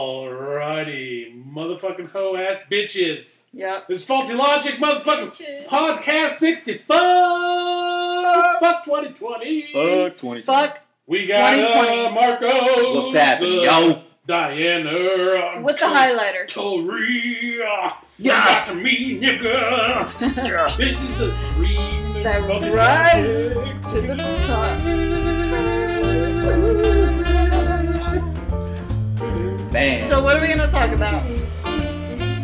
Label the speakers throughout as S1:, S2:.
S1: Alrighty, motherfucking hoe ass bitches.
S2: Yep.
S1: This is Faulty Logic, motherfucking
S2: Bitches.
S1: podcast 65. Fuck 2020.
S3: Fuck 20.
S2: Fuck.
S1: We got uh,
S2: 2020.
S1: Marco.
S3: What's happening, yo?
S1: Diana.
S2: With the highlighter.
S1: Toria.
S3: Yeah.
S1: Dr. Me, nigga. This is a dream.
S2: That
S1: Faulty
S2: rises
S1: Logic.
S2: to the
S3: Man.
S2: So what are we gonna talk about?
S1: There it is.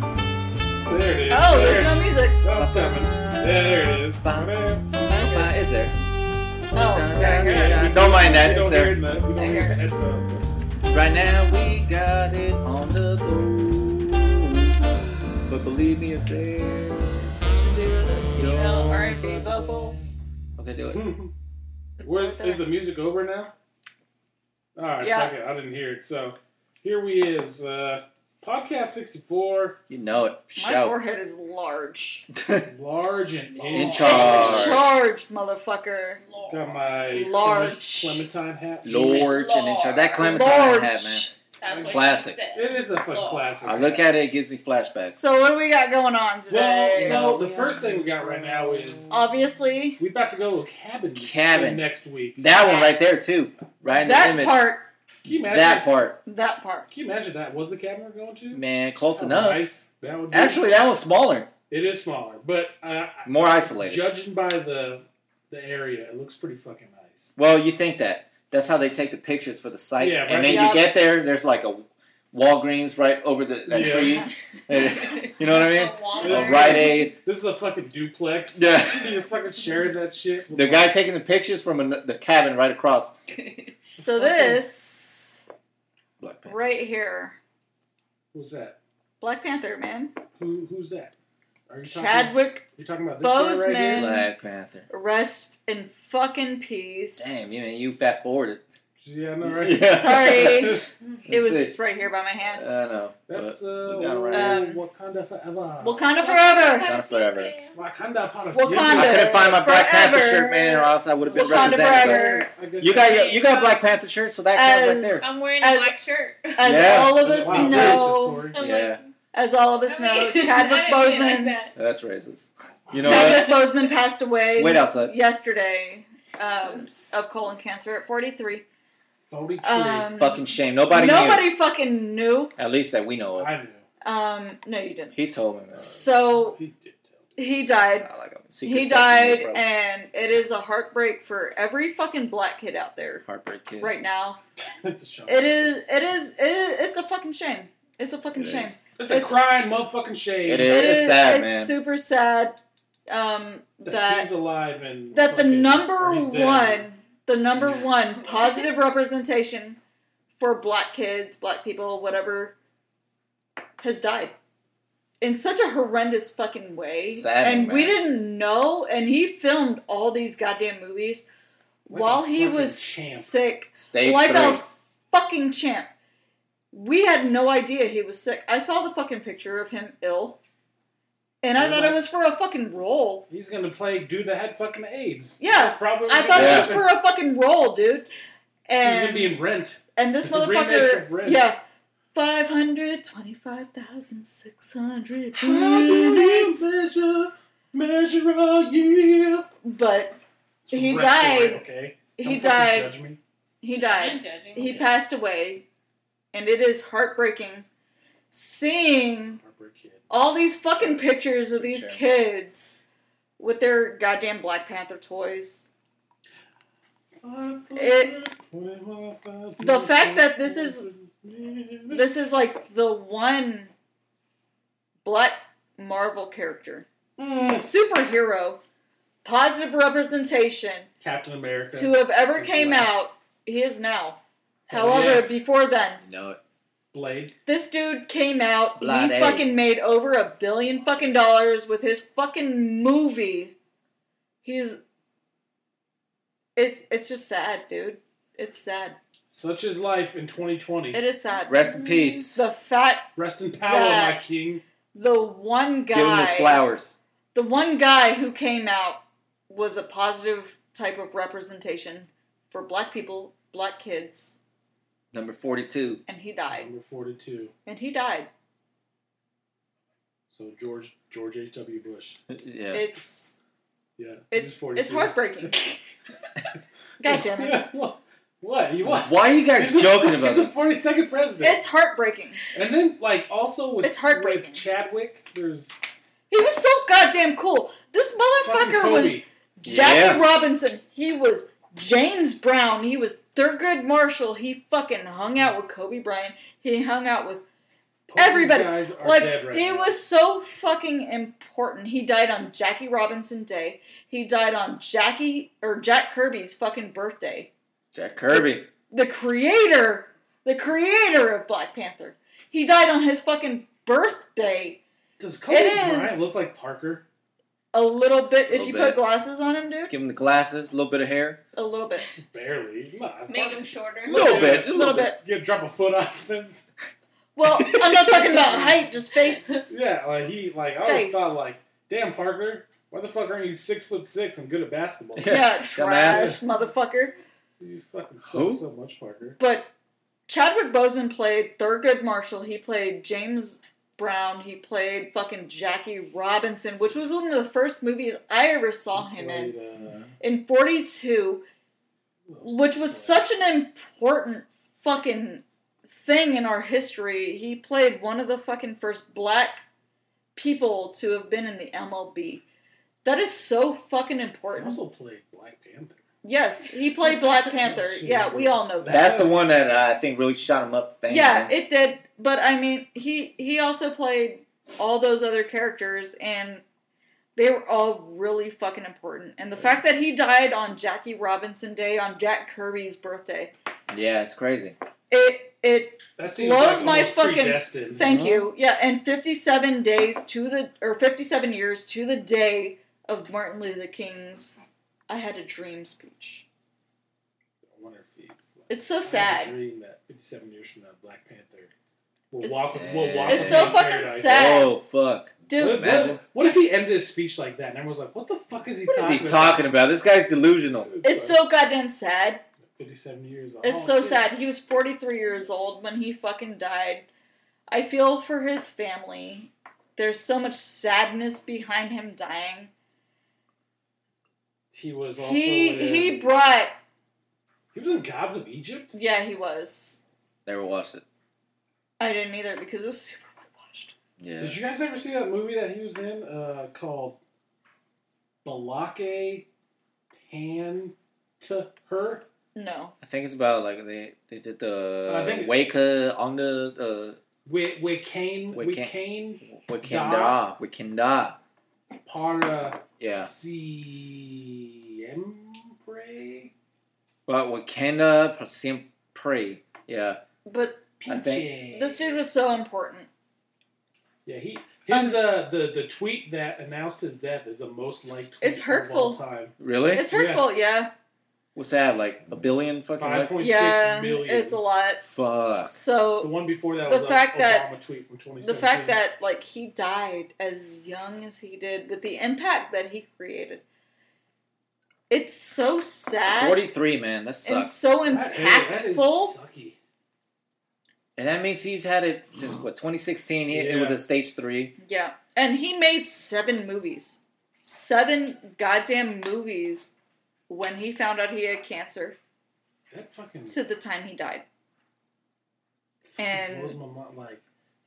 S1: there
S2: Oh, there's no music.
S1: Oh, seven. Yeah, there it is.
S3: Bum.
S1: Man,
S3: Uh, is there?
S2: Oh, okay, good.
S1: yeah, we
S3: Don't mind that,
S1: we
S3: it's
S1: don't
S3: there.
S1: hear that. We don't
S2: I
S1: hear
S2: heard
S1: that. Uh,
S3: Right now we got it on the go. But believe me, it's there.
S2: Female R&B vocals.
S3: Okay, do it.
S1: hmm.
S2: It's
S1: Where,
S2: right there.
S1: is the music over now? All right,
S2: Yeah.
S1: fuck it. I didn't hear it. So here we is, uh, podcast sixty four,
S3: You know it.
S2: My
S3: Shout.
S2: forehead is large.
S1: large and
S2: Large.
S1: in
S3: charge.
S2: Charge, motherfucker.
S1: Got my
S2: Large.
S1: Clementine hat.
S3: Lorge and in charge. That Clementine
S2: Large.
S3: hat, man.
S4: That's what
S3: Classic.
S4: she said.
S1: It is a fun
S4: Large.
S1: classic.
S3: I look at it, it gives me flashbacks.
S2: So what do we got going on
S1: Well,
S2: today?
S1: so the first thing we got right now is
S2: Obviously,
S1: we about to go with cabin.
S3: Cabin.
S1: next week.
S3: That one right there, too. Right in the
S2: that
S3: image.
S2: part.
S1: Can you imagine?
S3: That part.
S2: That part.
S1: Can you imagine that was the cabin we're going to?
S3: Man, close
S1: How
S3: enough.
S1: Nice. That would be,
S3: Actually, that one's smaller,
S1: it is smaller, but uh,
S3: more isolated.
S1: judging by the the area, it looks pretty fucking nice.
S3: Well, you think that. That's how they take the pictures for the site.
S1: Yeah, right.
S3: And then
S2: Yeah.
S3: you get there, there's like a Walgreens right over the that
S1: Yeah.
S3: tree. And- you know what I mean?
S4: A water.
S1: Yeah.
S3: A Rite Aid.
S1: This is a fucking duplex.
S3: Yeah.
S1: You're fucking sharing that shit. with
S3: The guy taking the pictures from an, the cabin right across.
S2: So this
S3: Black Panther.
S2: right here,
S1: Who's that?
S2: Black Panther, man.
S1: Who who's that? Are you talking?
S2: Chadwick,
S1: You're talking about this guy right
S2: Boseman.
S1: here?
S3: Black Panther.
S2: rest in fucking peace.
S3: Damn, you you fast forwarded.
S1: Yeah, I know, right?
S3: Yeah.
S2: Sorry. It was
S3: Let's see.
S2: just right here by my
S3: I
S2: hand.
S3: know.
S1: That's
S3: but
S1: uh,
S3: we got it right.
S2: Um,
S1: Wakanda forever.
S2: Wakanda forever.
S1: Wakanda
S3: Wakanda forever.
S1: forever.
S3: I
S2: Wakanda.
S3: couldn't find my Black Panther
S2: Forever.
S3: shirt, man, or else I would have been
S2: Wakanda
S3: represented.
S2: forever.
S1: I guess
S3: But you got your, you got a Black Panther shirt, so that counts right
S2: As-
S3: there.
S4: I'm wearing
S2: As-
S4: a black shirt. I'm
S2: As
S3: Yeah.
S2: all of us
S1: Wow, racist,
S2: know,
S1: Tori.
S4: like,
S3: Yeah.
S2: as all of us
S4: I mean,
S2: know,
S4: I
S2: Chadwick
S4: didn't mean it
S2: Boseman.
S4: Like
S3: That's racist. You know what?
S2: Chadwick Boseman passed away
S3: Wait outside.
S2: yesterday um, of colon cancer at 43.
S1: Forty-three.
S2: Um,
S3: Fucking shame. Nobody, knew.
S2: nobody fucking knew.
S3: At least that we know of.
S1: I know.
S2: Um, no, you didn't.
S3: He told me. Man.
S2: So
S1: He did tell me.
S2: he died
S3: I like him. Secret
S2: He
S3: Service,
S2: died,
S3: bro.
S2: and it is a heartbreak for every fucking black kid out there
S3: Heartbreak Kid.
S2: right now.
S1: That's a shock.
S2: It is, it is, it is it's a fucking shame. It's a fucking
S3: It
S2: shame.
S3: is.
S1: It's a
S2: it's-
S1: crying motherfucking shame.
S3: It is. sad,
S2: it's
S3: man.
S2: super sad um,
S1: that,
S2: that
S1: he's alive and
S2: that the
S1: fucking-
S2: number
S1: or he's dead.
S2: one, the number one positive representation for black kids, black people, whatever, has died in such a horrendous fucking way.
S3: Saddening,
S2: and we
S3: man.
S2: didn't know. And he filmed all these goddamn movies
S1: Like a
S2: while he
S1: fucking
S2: was
S1: champ.
S2: sick,
S3: Stage
S2: like
S3: three.
S2: a fucking champ. We had no idea he was sick. I saw the fucking picture of him ill, and I
S1: Yeah.
S2: thought it was for a fucking role.
S1: He's gonna play dude that had fucking AIDS.
S2: Yeah,
S1: That's probably
S2: I thought it was
S3: Yeah.
S2: for a fucking roll, dude.
S1: he's gonna be
S2: And
S1: in Rent.
S2: and this
S1: the remake
S2: motherfucker,
S1: of Rent.
S2: yeah, five hundred twenty-five thousand six hundred units.
S1: measure, measure a year?
S2: But
S1: It's from
S2: He
S1: Rent, don't worry,
S2: died.
S1: Okay.
S2: he
S1: Don't fucking
S2: died.
S1: Judge me.
S2: He
S4: that. I'm
S2: died.
S4: judging.
S2: He passed away, and it is heartbreaking seeing
S1: Heartbreak Kid.
S2: all these fucking pictures of these
S3: Sure.
S2: kids with their goddamn Black Panther toys.
S1: It,
S2: the fact that this is- This is like the one black Marvel character
S1: Mm.
S2: superhero positive representation
S1: Captain America.
S2: to have ever
S1: He's
S2: came
S1: black.
S2: out he is now
S1: Oh,
S2: however
S1: yeah.
S2: before then
S3: You know it.
S1: Blade.
S2: this dude came out
S3: Blood
S2: he
S3: A.
S2: fucking made over a billion fucking dollars with his fucking movie he's it's it's just sad dude it's sad
S1: Such is life in 2020.
S2: it is sad
S3: Rest in peace.
S2: Mm, the fat
S1: Rest in power,
S2: Yeah.
S1: my king.
S2: the one
S3: Give him his
S2: guy
S3: flowers.
S2: the one guy who came out was a positive type of representation for black people, black kids,
S3: Number 42.
S2: and he died.
S1: Number 42.
S2: And he died.
S1: So George George H.W. Bush.
S3: yeah.
S2: It's
S1: Yeah. he was
S2: it's
S1: 42.
S2: it's heartbreaking. God damn it.
S1: what? What? You what?
S3: Why are you guys
S1: He's the-
S3: joking about
S1: He's the
S3: it?
S1: 42nd president.
S2: It's heartbreaking.
S1: and then, like, also with,
S2: It's heartbreaking.
S1: with Chadwick, there's
S2: He was so goddamn cool. This
S1: fucking
S2: motherfucker
S1: Kobe.
S2: was Jackie
S3: Yeah.
S2: Robinson. He was James Brown. He was Thurgood Marshall. He fucking hung out with Kobe Bryant. He hung out with
S1: Both these
S2: everybody.
S1: guys are
S2: like
S1: dead right
S2: he
S1: now.
S2: was so fucking important. He died on Jackie Robinson Day. He died on Jackie or Jack Kirby's fucking birthday.
S3: Jack Kirby.
S2: The creator, the creator of Black Panther. He died on his fucking birthday.
S1: Does Kobe
S2: It is-
S1: Bryant look like Parker?
S2: A little bit. if
S3: Little
S2: you
S3: bit.
S2: put glasses on him, dude,
S3: Give him the glasses, a little bit of hair.
S2: a little bit,
S1: Barely. Come on,
S4: Make
S1: Parker-
S4: him shorter.
S3: A little bit. A
S2: a
S3: little bit.
S1: Yeah, drop a foot off him.
S2: Well, I'm not talking about height, just face.
S1: Yeah, like he, like I always
S2: Face.
S1: thought, like, damn Parker, why the fuck aren't you six foot six and good at basketball?
S3: Yeah.
S2: Yeah, trash
S3: ass.
S2: motherfucker.
S1: You fucking suck
S3: Who?
S1: so much, Parker.
S2: But Chadwick Boseman played Thurgood Marshall. He played James Brown. He played fucking Jackie Robinson, which was one of the first movies I ever saw him in.
S1: in.
S2: In 42, which
S1: uh,
S2: was such an important fucking thing in our history. He played one of the fucking first black people to have been in the MLB. That is so fucking
S1: I
S2: important.
S1: also played Black Panther.
S2: Yes, he played Black Panther.
S1: shit.
S2: Yeah, we all know that.
S3: That's the one that I think really shot him up. Thank
S2: Yeah,
S3: you.
S2: it did. But I mean, he he also played all those other characters, and they were all really fucking important. And the fact that he died on Jackie Robinson Day, on Jack Kirby's birthday,
S3: yeah, it's crazy.
S2: it it.
S1: That seems
S2: Blows
S1: like
S2: my
S1: almost
S2: fucking-
S1: predestined.
S2: Thank you. Yeah, and fifty seven days to the or fifty seven years to the day of Martin Luther King's "I Had a Dream" speech.
S1: I wonder if he's like,
S2: It's so
S1: I have a
S2: sad.
S1: dream that 57 years from now, Black Panther will
S2: It's-
S1: walk. Will walk
S3: It's
S1: with
S3: so
S1: me in
S2: fucking
S1: paradise.
S2: sad. Dad.
S3: Oh fuck!
S1: What,
S2: Dude,
S1: if-
S3: Imagine.
S1: what, what if he ended his speech like that, and everyone's like, "What the fuck is he
S3: What is
S1: talking?"
S3: he talking about? This guy's delusional.
S1: about?
S2: it's
S1: like
S2: so goddamn sad.
S1: 57 years.
S2: It's
S1: oh,
S2: so
S1: shit.
S2: sad. He was 43 years old when he fucking died. I feel for his family. There's so much sadness behind him dying.
S1: He was also
S2: He
S1: in,
S2: he brought
S1: he was in Gods of Egypt.
S2: yeah, he was.
S3: Never watched it.
S2: I didn't either because it was super whitewashed.
S3: Yeah.
S1: Did you guys ever see that movie that he was in uh, called Balake Pan to Her?
S2: No.
S3: I think it's about like they they did the
S1: I think-
S3: Waka on the
S1: We we came we
S3: Wiccan-
S1: came
S3: uh, Wakanda Wakanda.
S1: para
S3: Yeah.
S1: siempre
S3: But Wakanda siempre. Yeah.
S2: But
S3: I
S1: pinche.
S2: this dude was so important.
S1: Yeah, he his
S2: Um,
S1: uh the the tweet that announced his death is the most liked. Tweet
S2: It's hurtful.
S1: Of all time.
S3: Really?
S2: It's hurtful, yeah.
S3: What's that? Like a billion fucking
S1: Five
S3: likes?
S1: point-
S2: Yeah,
S1: 0.6 million.
S2: it's a lot.
S1: The
S3: Fuck.
S2: So
S1: one before that
S2: The
S1: was a
S2: fact
S1: Obama
S2: that-
S1: tweet from 2017.
S2: the fact that like he died as young as he did with the impact that he created it's so sad
S3: Forty three, man. That
S2: and
S3: sucks.
S2: so
S1: That- hey, that is
S2: impactful
S1: sucky.
S3: And that means he's had it since what 2016. He, It was
S1: Yeah.
S3: a stage three.
S2: yeah and he made seven movies seven goddamn movies when he found out he had cancer
S1: That fucking
S2: to the time he died and-
S1: blows my mind. Like,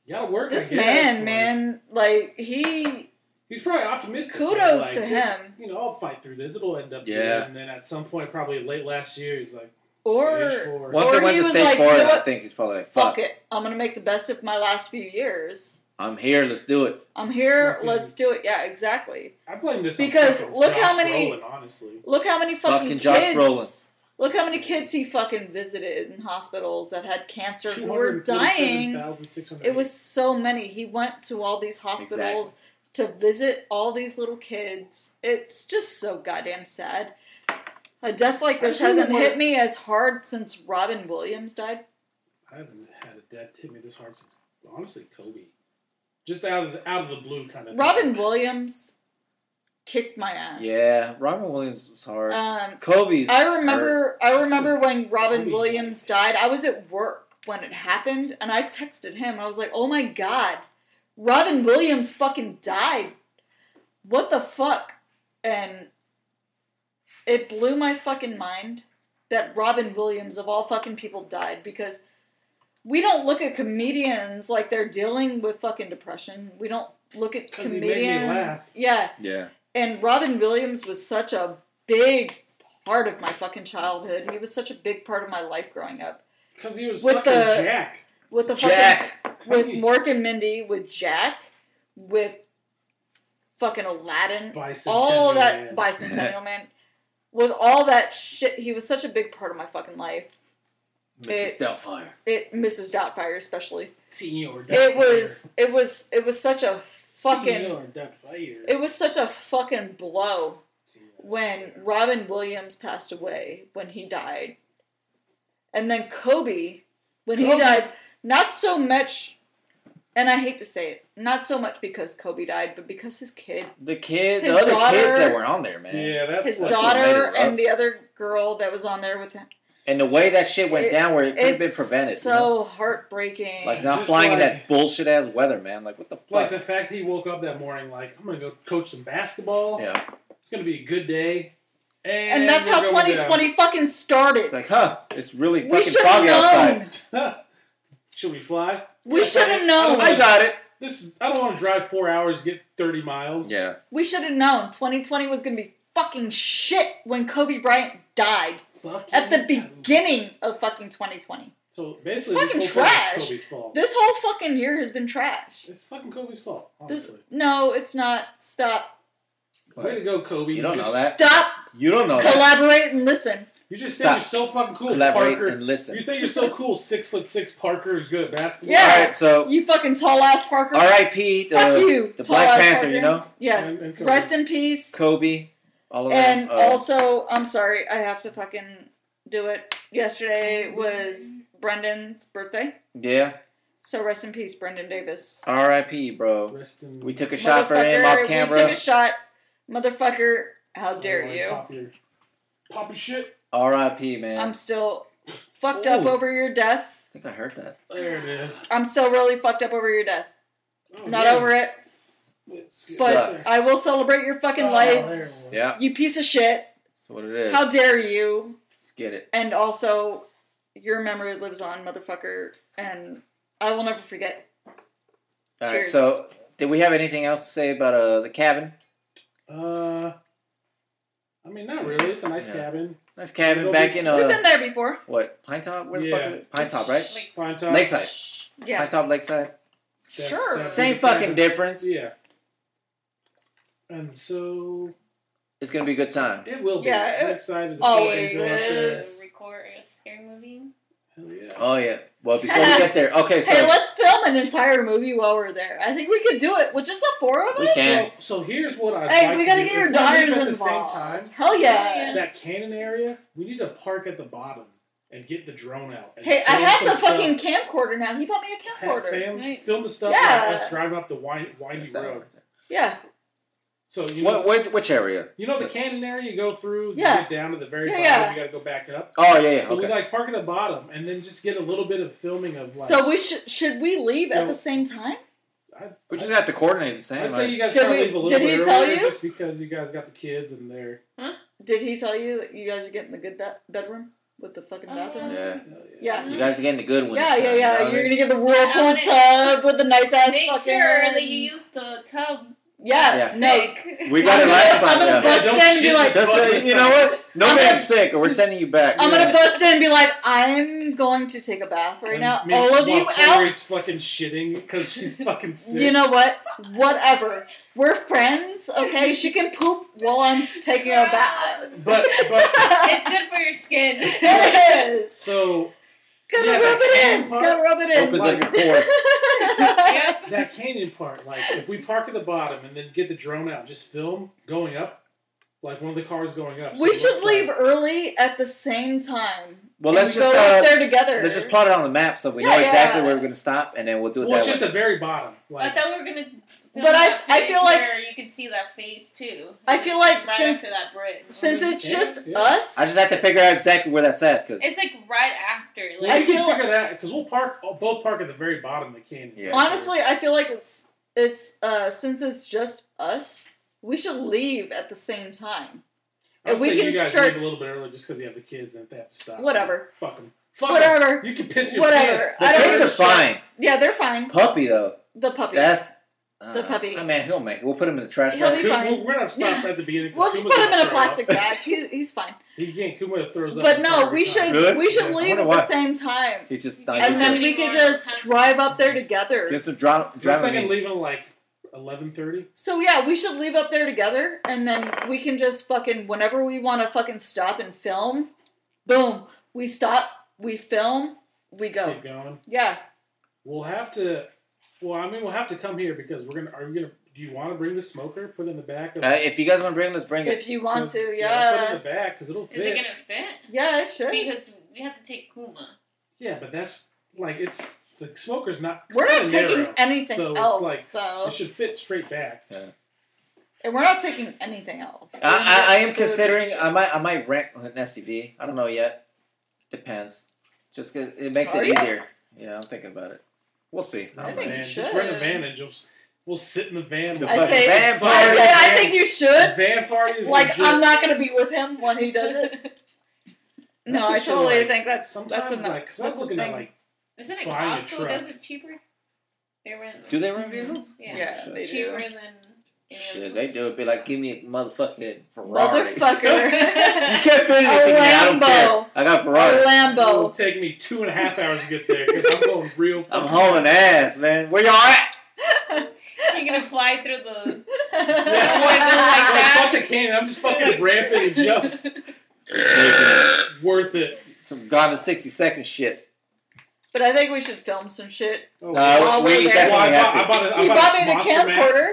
S1: you gotta work. I
S2: this
S1: guess.
S2: man
S1: Like,
S2: man like he
S1: He's probably optimistic.
S2: Kudos
S1: man. Like,
S2: to
S1: this-
S2: him.
S1: You know, I'll fight through this. It'll end up.
S3: Yeah.
S1: good. And then at some point, probably late last year, he's like, stage
S2: or
S1: four.
S3: Once
S2: Or
S3: I went
S2: he
S3: to
S2: was
S3: stage
S2: like,
S3: four,
S2: you know
S3: I
S2: what?
S3: think he's probably like,
S2: fuck
S3: "Fuck,
S2: it i'm gonna make the best of my last few years
S3: I'm here. Let's do it."
S2: I'm here.
S1: Fucking-
S2: Let's do it. Yeah, exactly.
S1: I blame this
S2: Because
S1: on fucking
S2: look
S1: Josh
S2: how many-
S1: Brolin, honestly,
S2: Look how many fucking,
S3: Fucking
S2: kids.
S3: Josh Brolin.
S2: Look how many kids he fucking visited in hospitals that had cancer who were dying.
S1: 247,608.
S2: It was so many. He went to all these hospitals to visit all these little kids. It's just so goddamn sad. A death like this
S1: I really
S2: hasn't
S1: wanna-
S2: hit me as hard since Robin Williams died.
S1: I haven't had a death hit me this hard since honestly Kobe. Just out of the, out of the blue kind of.
S2: Robin
S1: Thing.
S2: Williams kicked my ass.
S3: Yeah, Robin Williams was hard.
S2: Um,
S3: Kobe's.
S2: I remember. I remember when Robin
S1: Kobe.
S2: Williams died. I was at work when it happened, and I texted him. I was like, "Oh my god, Robin Williams fucking died. What the fuck?" And it blew my fucking mind that Robin Williams of all fucking people died because we don't look at comedians like they're dealing with fucking depression. We don't look at
S1: 'Cause he made me
S2: comedians.
S1: laugh.
S2: Yeah.
S3: hurt. Yeah.
S2: And Robin Williams was such a big part of my fucking childhood. He was such a big part of my life growing up.
S1: Because he was
S2: With
S1: fucking
S2: the-
S1: Jack.
S2: With the fucking
S3: Jack.
S2: with Mork and Mindy, with Jack, with fucking Aladdin,
S1: Bicentennial
S2: all that
S1: Man.
S2: bicentennial man. With all that shit, he was such a big part of my fucking life.
S3: Mrs.
S2: It-
S3: Doubtfire.
S2: It Mrs. Doubtfire especially.
S1: Senior
S2: It was it was it was such a fucking
S1: Senior Duckfire.
S2: it was such a fucking blow when Robin Williams passed away, when he died, and then Kobe, when he
S1: Kobe.
S2: died, not so much, and I hate to say it, not so much because Kobe died, but because his kid,
S3: The kid,
S2: His
S3: the other kids
S2: daughter-
S3: that were on there, man.
S1: Yeah, that's
S2: his
S3: what made it
S2: daughter,
S3: rough.
S2: and the other girl that was on there with him.
S3: And the way that shit went
S2: It-
S3: down, where it could have been
S2: It's
S3: prevented.
S2: so
S3: you know?
S2: heartbreaking.
S3: Like not
S1: Just
S3: flying in
S1: like-
S3: that bullshit ass weather, man. Like what the fuck?
S1: Like the fact that he woke up that morning, like I'm gonna go coach some basketball.
S3: yeah.
S1: It's gonna be a good day. And,
S2: and that's how
S1: we're going
S2: 2020 fucking started.
S3: It's like, huh? It's really
S2: we
S3: fucking
S2: should have
S3: foggy
S2: known.
S3: outside.
S1: down. Should we fly?
S2: We should have known.
S3: I got it.
S1: This is. I don't want to drive four hours to get 30 miles.
S3: Yeah.
S2: We should have known 2020 was gonna be fucking shit when Kobe Bryant died.
S1: Fucking
S2: at the beginning of fucking 2020.
S1: So basically,
S2: It's fucking
S1: this whole thing
S2: trash.
S1: is Kobe's fault.
S2: This whole fucking year has been trash.
S1: it's fucking Kobe's fault.
S2: This
S1: Honestly,
S2: no, it's not. Stop.
S1: way to go, Kobe.
S3: You don't
S1: just,
S3: know that.
S2: Stop.
S3: You don't know that.
S2: Collaborate and listen.
S1: You just
S3: Stop.
S1: think you're so fucking cool,
S3: Collaborate
S1: Parker.
S3: and listen.
S1: You think you're so cool, six foot six Parker is good at basketball.
S2: Yeah.
S3: All right. So,
S2: You fucking tall ass Parker.
S3: R.I.P. The,
S2: Fuck you.
S3: uh, the
S2: tall
S3: Black
S2: ass
S3: Panther.
S2: Parker.
S3: You know,
S2: Yes.
S1: And- and Kobe.
S2: Rest in peace.
S3: Kobe. All of
S2: And
S3: them. uh,
S2: also, I'm sorry, I have to fucking do it. Yesterday was Brendan's birthday,
S3: yeah.
S2: so rest in peace, Brendan Davis.
S3: R.I.P. Bro.
S1: Rest in
S3: We took a shot for him
S2: Motherfucker,
S3: off
S2: We
S3: camera.
S2: took a shot, motherfucker. How dare
S1: Oh,
S2: you?
S1: Pop, your, pop your shit.
S3: R.I.P. Man.
S2: I'm still fucked up
S3: Ooh.
S2: over your death.
S3: I think I heard that.
S1: There it is.
S2: I'm still really fucked up over your death.
S1: Oh,
S2: Not
S1: yeah.
S2: over it,
S1: Let's get
S2: but
S3: Sucks.
S1: there.
S2: I will celebrate your fucking
S1: Oh,
S2: life.
S1: there it was.
S3: Yeah.
S2: You piece of shit.
S3: That's what it is.
S2: How dare you?
S3: Let's get it.
S2: And also, your memory lives on, motherfucker. And I will never forget.
S3: All right.
S2: Cheers.
S3: So, did we have anything else to say about uh, the cabin?
S1: Uh, I mean, not
S3: So,
S1: really. It's a nice
S3: yeah.
S1: cabin.
S3: Nice cabin
S1: It'll
S3: back
S1: be-
S3: in
S2: We've
S3: uh,
S2: been there before.
S3: what Pine Top? Where the
S1: Yeah.
S3: fuck? Is it? Pine Top, right?
S1: Fine time.
S3: Lakeside.
S2: Yeah.
S3: Pine Top, Lakeside.
S1: That's-
S2: Sure.
S1: that's
S3: Same
S1: the kind
S3: fucking
S1: of-
S3: difference.
S1: Yeah. And so
S3: It's gonna be a good time.
S1: it will be.
S2: Yeah,
S1: I'm
S2: it
S1: excited. to
S2: always
S1: fucking go up there.
S2: is.
S4: Record a scary movie.
S1: Hell yeah.
S3: Oh yeah. Well, before we get there, okay. So
S2: Hey, let's film an entire movie while we're there. I think we could do it with just the four of us.
S3: we can.
S1: So, so here's what I.
S2: Hey,
S1: like
S2: we
S1: to
S2: gotta
S1: do.
S2: get
S1: If
S2: your
S1: we leave
S2: daughters
S1: at the
S2: involved.
S1: same time.
S2: Hell yeah.
S4: Yeah.
S1: That cannon area, we need to park at the bottom and get the drone out. and
S2: Hey, I
S1: film
S2: have
S1: some
S2: the
S1: stuff.
S2: fucking camcorder now. He bought me a
S1: Have
S2: camcorder.
S1: fam-
S4: Nice.
S1: Film the stuff.
S2: Yeah.
S1: Like us driving up the windy, windy
S3: That's that
S1: road.
S3: one.
S2: Yeah,
S1: So you know,
S3: What, what? Which area?
S1: you know the cannon area. You go through.
S2: Yeah.
S1: You get down to the very
S2: Yeah,
S1: bottom.
S2: yeah.
S1: You got to go back up.
S3: Oh yeah, yeah.
S1: So we
S3: Okay.
S1: like park at the bottom and then just get a little bit of filming of like.
S2: So we should should we leave at
S1: So-
S2: the same time?
S1: I,
S3: We just
S1: I'd-
S3: have to coordinate the same.
S1: I'd say you guys
S2: Did
S1: try to
S2: we-
S1: leave a little
S2: did
S1: bit
S2: he
S1: earlier
S2: tell you?
S1: just because you guys got the kids and they're.
S2: Did he tell you that you guys are getting the good be- bedroom with the fucking
S4: Uh,
S2: bathroom?
S3: yeah.
S2: Yeah.
S3: You guys are getting the good ones.
S2: yeah, yeah, yeah. You're gonna get the whirlpool
S4: want it-
S2: tub with the nice ass
S4: Make
S2: fucking.
S4: sure that you use the tub.
S2: Yes.
S4: Sick.
S2: No.
S3: We got it last
S2: I'm
S3: time.
S2: gonna
S3: Yeah.
S2: bust in and be like,
S3: Just say, you know what?
S2: I'm
S3: Nobody's
S2: gonna-
S3: sick, or we're sending you back.
S2: I'm
S3: Yeah.
S2: gonna bust in and be like, I'm going to take a bath right now.
S1: And
S2: All of
S1: while
S2: you out.
S1: Tori's fucking shitting because she's fucking sick.
S2: You know what? Whatever. We're friends, okay? She can poop while I'm taking a bath.
S1: But but
S4: It's good for your skin.
S2: it is.
S1: so
S2: Gotta
S1: Yeah,
S2: rub
S1: that
S2: it in.
S1: part
S2: Gotta rub it in.
S3: Opens up your pores.
S4: Yep.
S1: that canyon part, like if we park at the bottom and then get the drone out, just film going up, like one of the cars going up. so
S2: we
S1: it
S2: should
S1: looks
S2: leave
S1: like-
S2: early at the same time.
S3: Well,
S2: And
S3: let's
S2: we
S3: just,
S2: go out
S3: uh,
S2: there together.
S3: Let's just plot it on the map so we
S2: Yeah,
S3: know exactly
S2: yeah.
S3: where we're gonna stop, and then we'll do it
S1: Well, it's
S3: that
S1: just
S3: way.
S1: the very bottom.
S4: I
S1: Like
S4: thought we were gonna
S2: But I-
S4: that
S2: I
S4: pit
S2: feel like-
S4: where you can see that face too.
S2: I feel like
S4: right
S2: since-
S4: after that bridge.
S2: Since it's
S1: Yeah,
S2: just
S1: yeah.
S2: us,
S3: I just have to figure out exactly where that's at because
S4: it's like right after,
S1: We
S4: like
S2: I
S1: can
S2: feel
S1: figure that because we'll park oh, both park at the very bottom of the canyon.
S3: Yeah.
S2: honestly, I feel like it's it's uh since it's just us, we should leave at the same time.
S1: I would
S2: and we
S1: say
S2: can
S1: you guys
S2: start-
S1: leave a little bit early just because you have the kids and they have to stop.
S2: Whatever.
S1: Fuck them. Fuck 'em.
S2: Whatever.
S1: You can piss your
S2: Whatever.
S1: pants.
S3: the
S2: I don't
S3: kids
S2: give
S3: are
S2: a shit.
S3: fine.
S2: Yeah, they're fine.
S3: Puppy though,
S2: The puppy.
S3: that's uh,
S2: The puppy.
S3: I mean, he'll make it. We'll put him in the trash
S2: He'll
S3: can.
S2: be
S1: Kuma-
S2: fine.
S1: We're not stop at the beginning. 'cause
S2: We'll just
S1: Kuma's
S2: put him in
S1: gonna
S2: a
S1: throw up.
S2: plastic bag. He, he's fine.
S1: He can't. Kuma throws up.
S2: But
S1: in
S2: no,
S1: front
S2: we
S1: every time.
S2: should
S3: Really?
S2: we should
S1: Yeah.
S2: leave
S3: I
S2: at
S3: wonder
S2: the
S3: why.
S2: same time,
S3: He's just
S4: I
S2: and
S4: guess
S2: then
S4: so.
S2: we could just drive up there together.
S3: Get some dra-
S1: Looks like I'm
S3: drama.
S1: leaving at like eleven thirty.
S2: So yeah, we should leave up there together, and then we can just fucking whenever we want to fucking stop and film, boom, we stop, we film, we go.
S1: Keep going.
S2: Yeah,
S1: We'll have to. Well, I mean, we'll have to come here because we're gonna. Are you gonna? Do you want to bring the smoker? Put it in the back. Of,
S3: Uh, if you guys want to bring him, let's bring it.
S2: if you want to,
S1: Put it in
S2: yeah,
S1: the back because it'll fit.
S4: is it gonna fit?
S2: yeah, it should.
S4: Because we have to take Kuma.
S1: Yeah, but that's like it's the smoker's not. it's
S2: We're not
S1: kinda
S2: taking
S1: narrow,
S2: anything
S1: so
S2: else,
S1: It's like,
S2: though,
S1: It should fit straight back.
S2: and we're not taking anything else.
S3: I, I, I am considering. I might. I might rent an SUV. I don't know yet. Depends. Just 'cause it makes
S2: Are
S3: it
S2: you?
S3: easier. Yeah, I'm thinking about it. We'll see. I
S2: I
S3: don't
S2: think
S3: know.
S1: man,
S2: you
S1: just rent a
S2: should.
S1: van and just we'll sit in the van.
S3: The
S2: I
S3: fucking
S2: say-
S3: van
S2: I
S1: Alright,
S3: party.
S2: say I
S1: man.
S2: think you
S1: The
S2: should.
S1: van party is
S2: Like
S1: legit.
S2: I'm not gonna be with him when he does it. No,
S1: That's
S2: I
S1: the shit,
S2: totally
S1: like,
S2: think that's
S1: Sometimes
S2: that's enough.
S1: like 'cause I was
S2: That's the
S1: looking at
S2: thing.
S1: like
S4: Isn't it
S1: Behind a
S4: Costco?
S1: truck.
S4: Does it cheaper? They rent.
S3: Do they rent vehicles?
S4: Yeah.
S2: Yeah,
S3: Shit.
S2: they do.
S4: cheaper than. any other
S3: Shit, they do it. Be like, give me a motherfucking Ferrari. You
S2: Motherfucker.
S3: can't fit anything.
S2: A
S3: in there. I don't
S2: Lambo.
S3: care. I got a
S2: A
S3: Ferrari.
S1: it'll
S2: Lambo.
S1: take me two and a half hours to get there because I'm going real.
S3: I'm hauling ass, man. Where y'all at?
S4: You're gonna fly through the.
S1: Yeah, I'm like,
S4: Like
S1: I'm like,
S4: that.
S1: fuck a cannon. I'm just fucking ramping and jump. Worth it.
S3: Some gone in sixty second shit.
S2: But I think we should film some shit.
S1: Oh,
S3: No,
S2: While
S3: Uh, we
S2: we're there.
S1: well, I bought, I
S3: definitely have to.
S1: bought, a, I
S2: He
S1: bought
S2: bought
S1: a
S2: me the
S1: Monster Max.
S2: camcorder.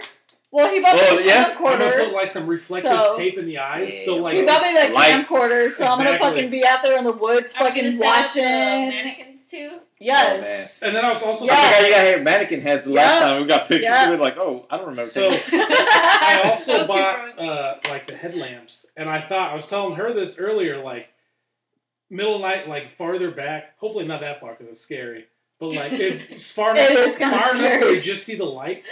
S2: Well, he bought
S3: Well,
S2: me the
S3: yeah.
S1: I'm gonna put
S2: camcorder.
S1: like some reflective
S2: So-
S1: tape in the eyes, so
S3: Damn.
S1: like
S2: He bought me the
S3: Light.
S2: camcorder, so I'm gonna
S1: Exactly.
S2: fucking be out there in the woods,
S4: Are we
S2: fucking
S4: gonna set up the
S2: watching.
S4: Mannequins too.
S2: Yes.
S1: And then I was also
S2: Yeah.
S3: I
S1: looking-
S3: forgot you got here mannequin heads the last
S2: Yeah.
S3: time. We got pictures.
S2: Yeah.
S3: We were like, oh, I don't remember.
S1: So-
S3: taking-
S1: I also
S4: Those two
S1: bought
S4: broke.
S1: uh, like the headlamps, and I thought I was telling her this earlier, like middle of night, like farther back. Hopefully not that far because it's scary. But like if it's far
S2: It
S1: enough,
S2: is kinda
S1: far enough where
S2: scary.
S1: you just see the light.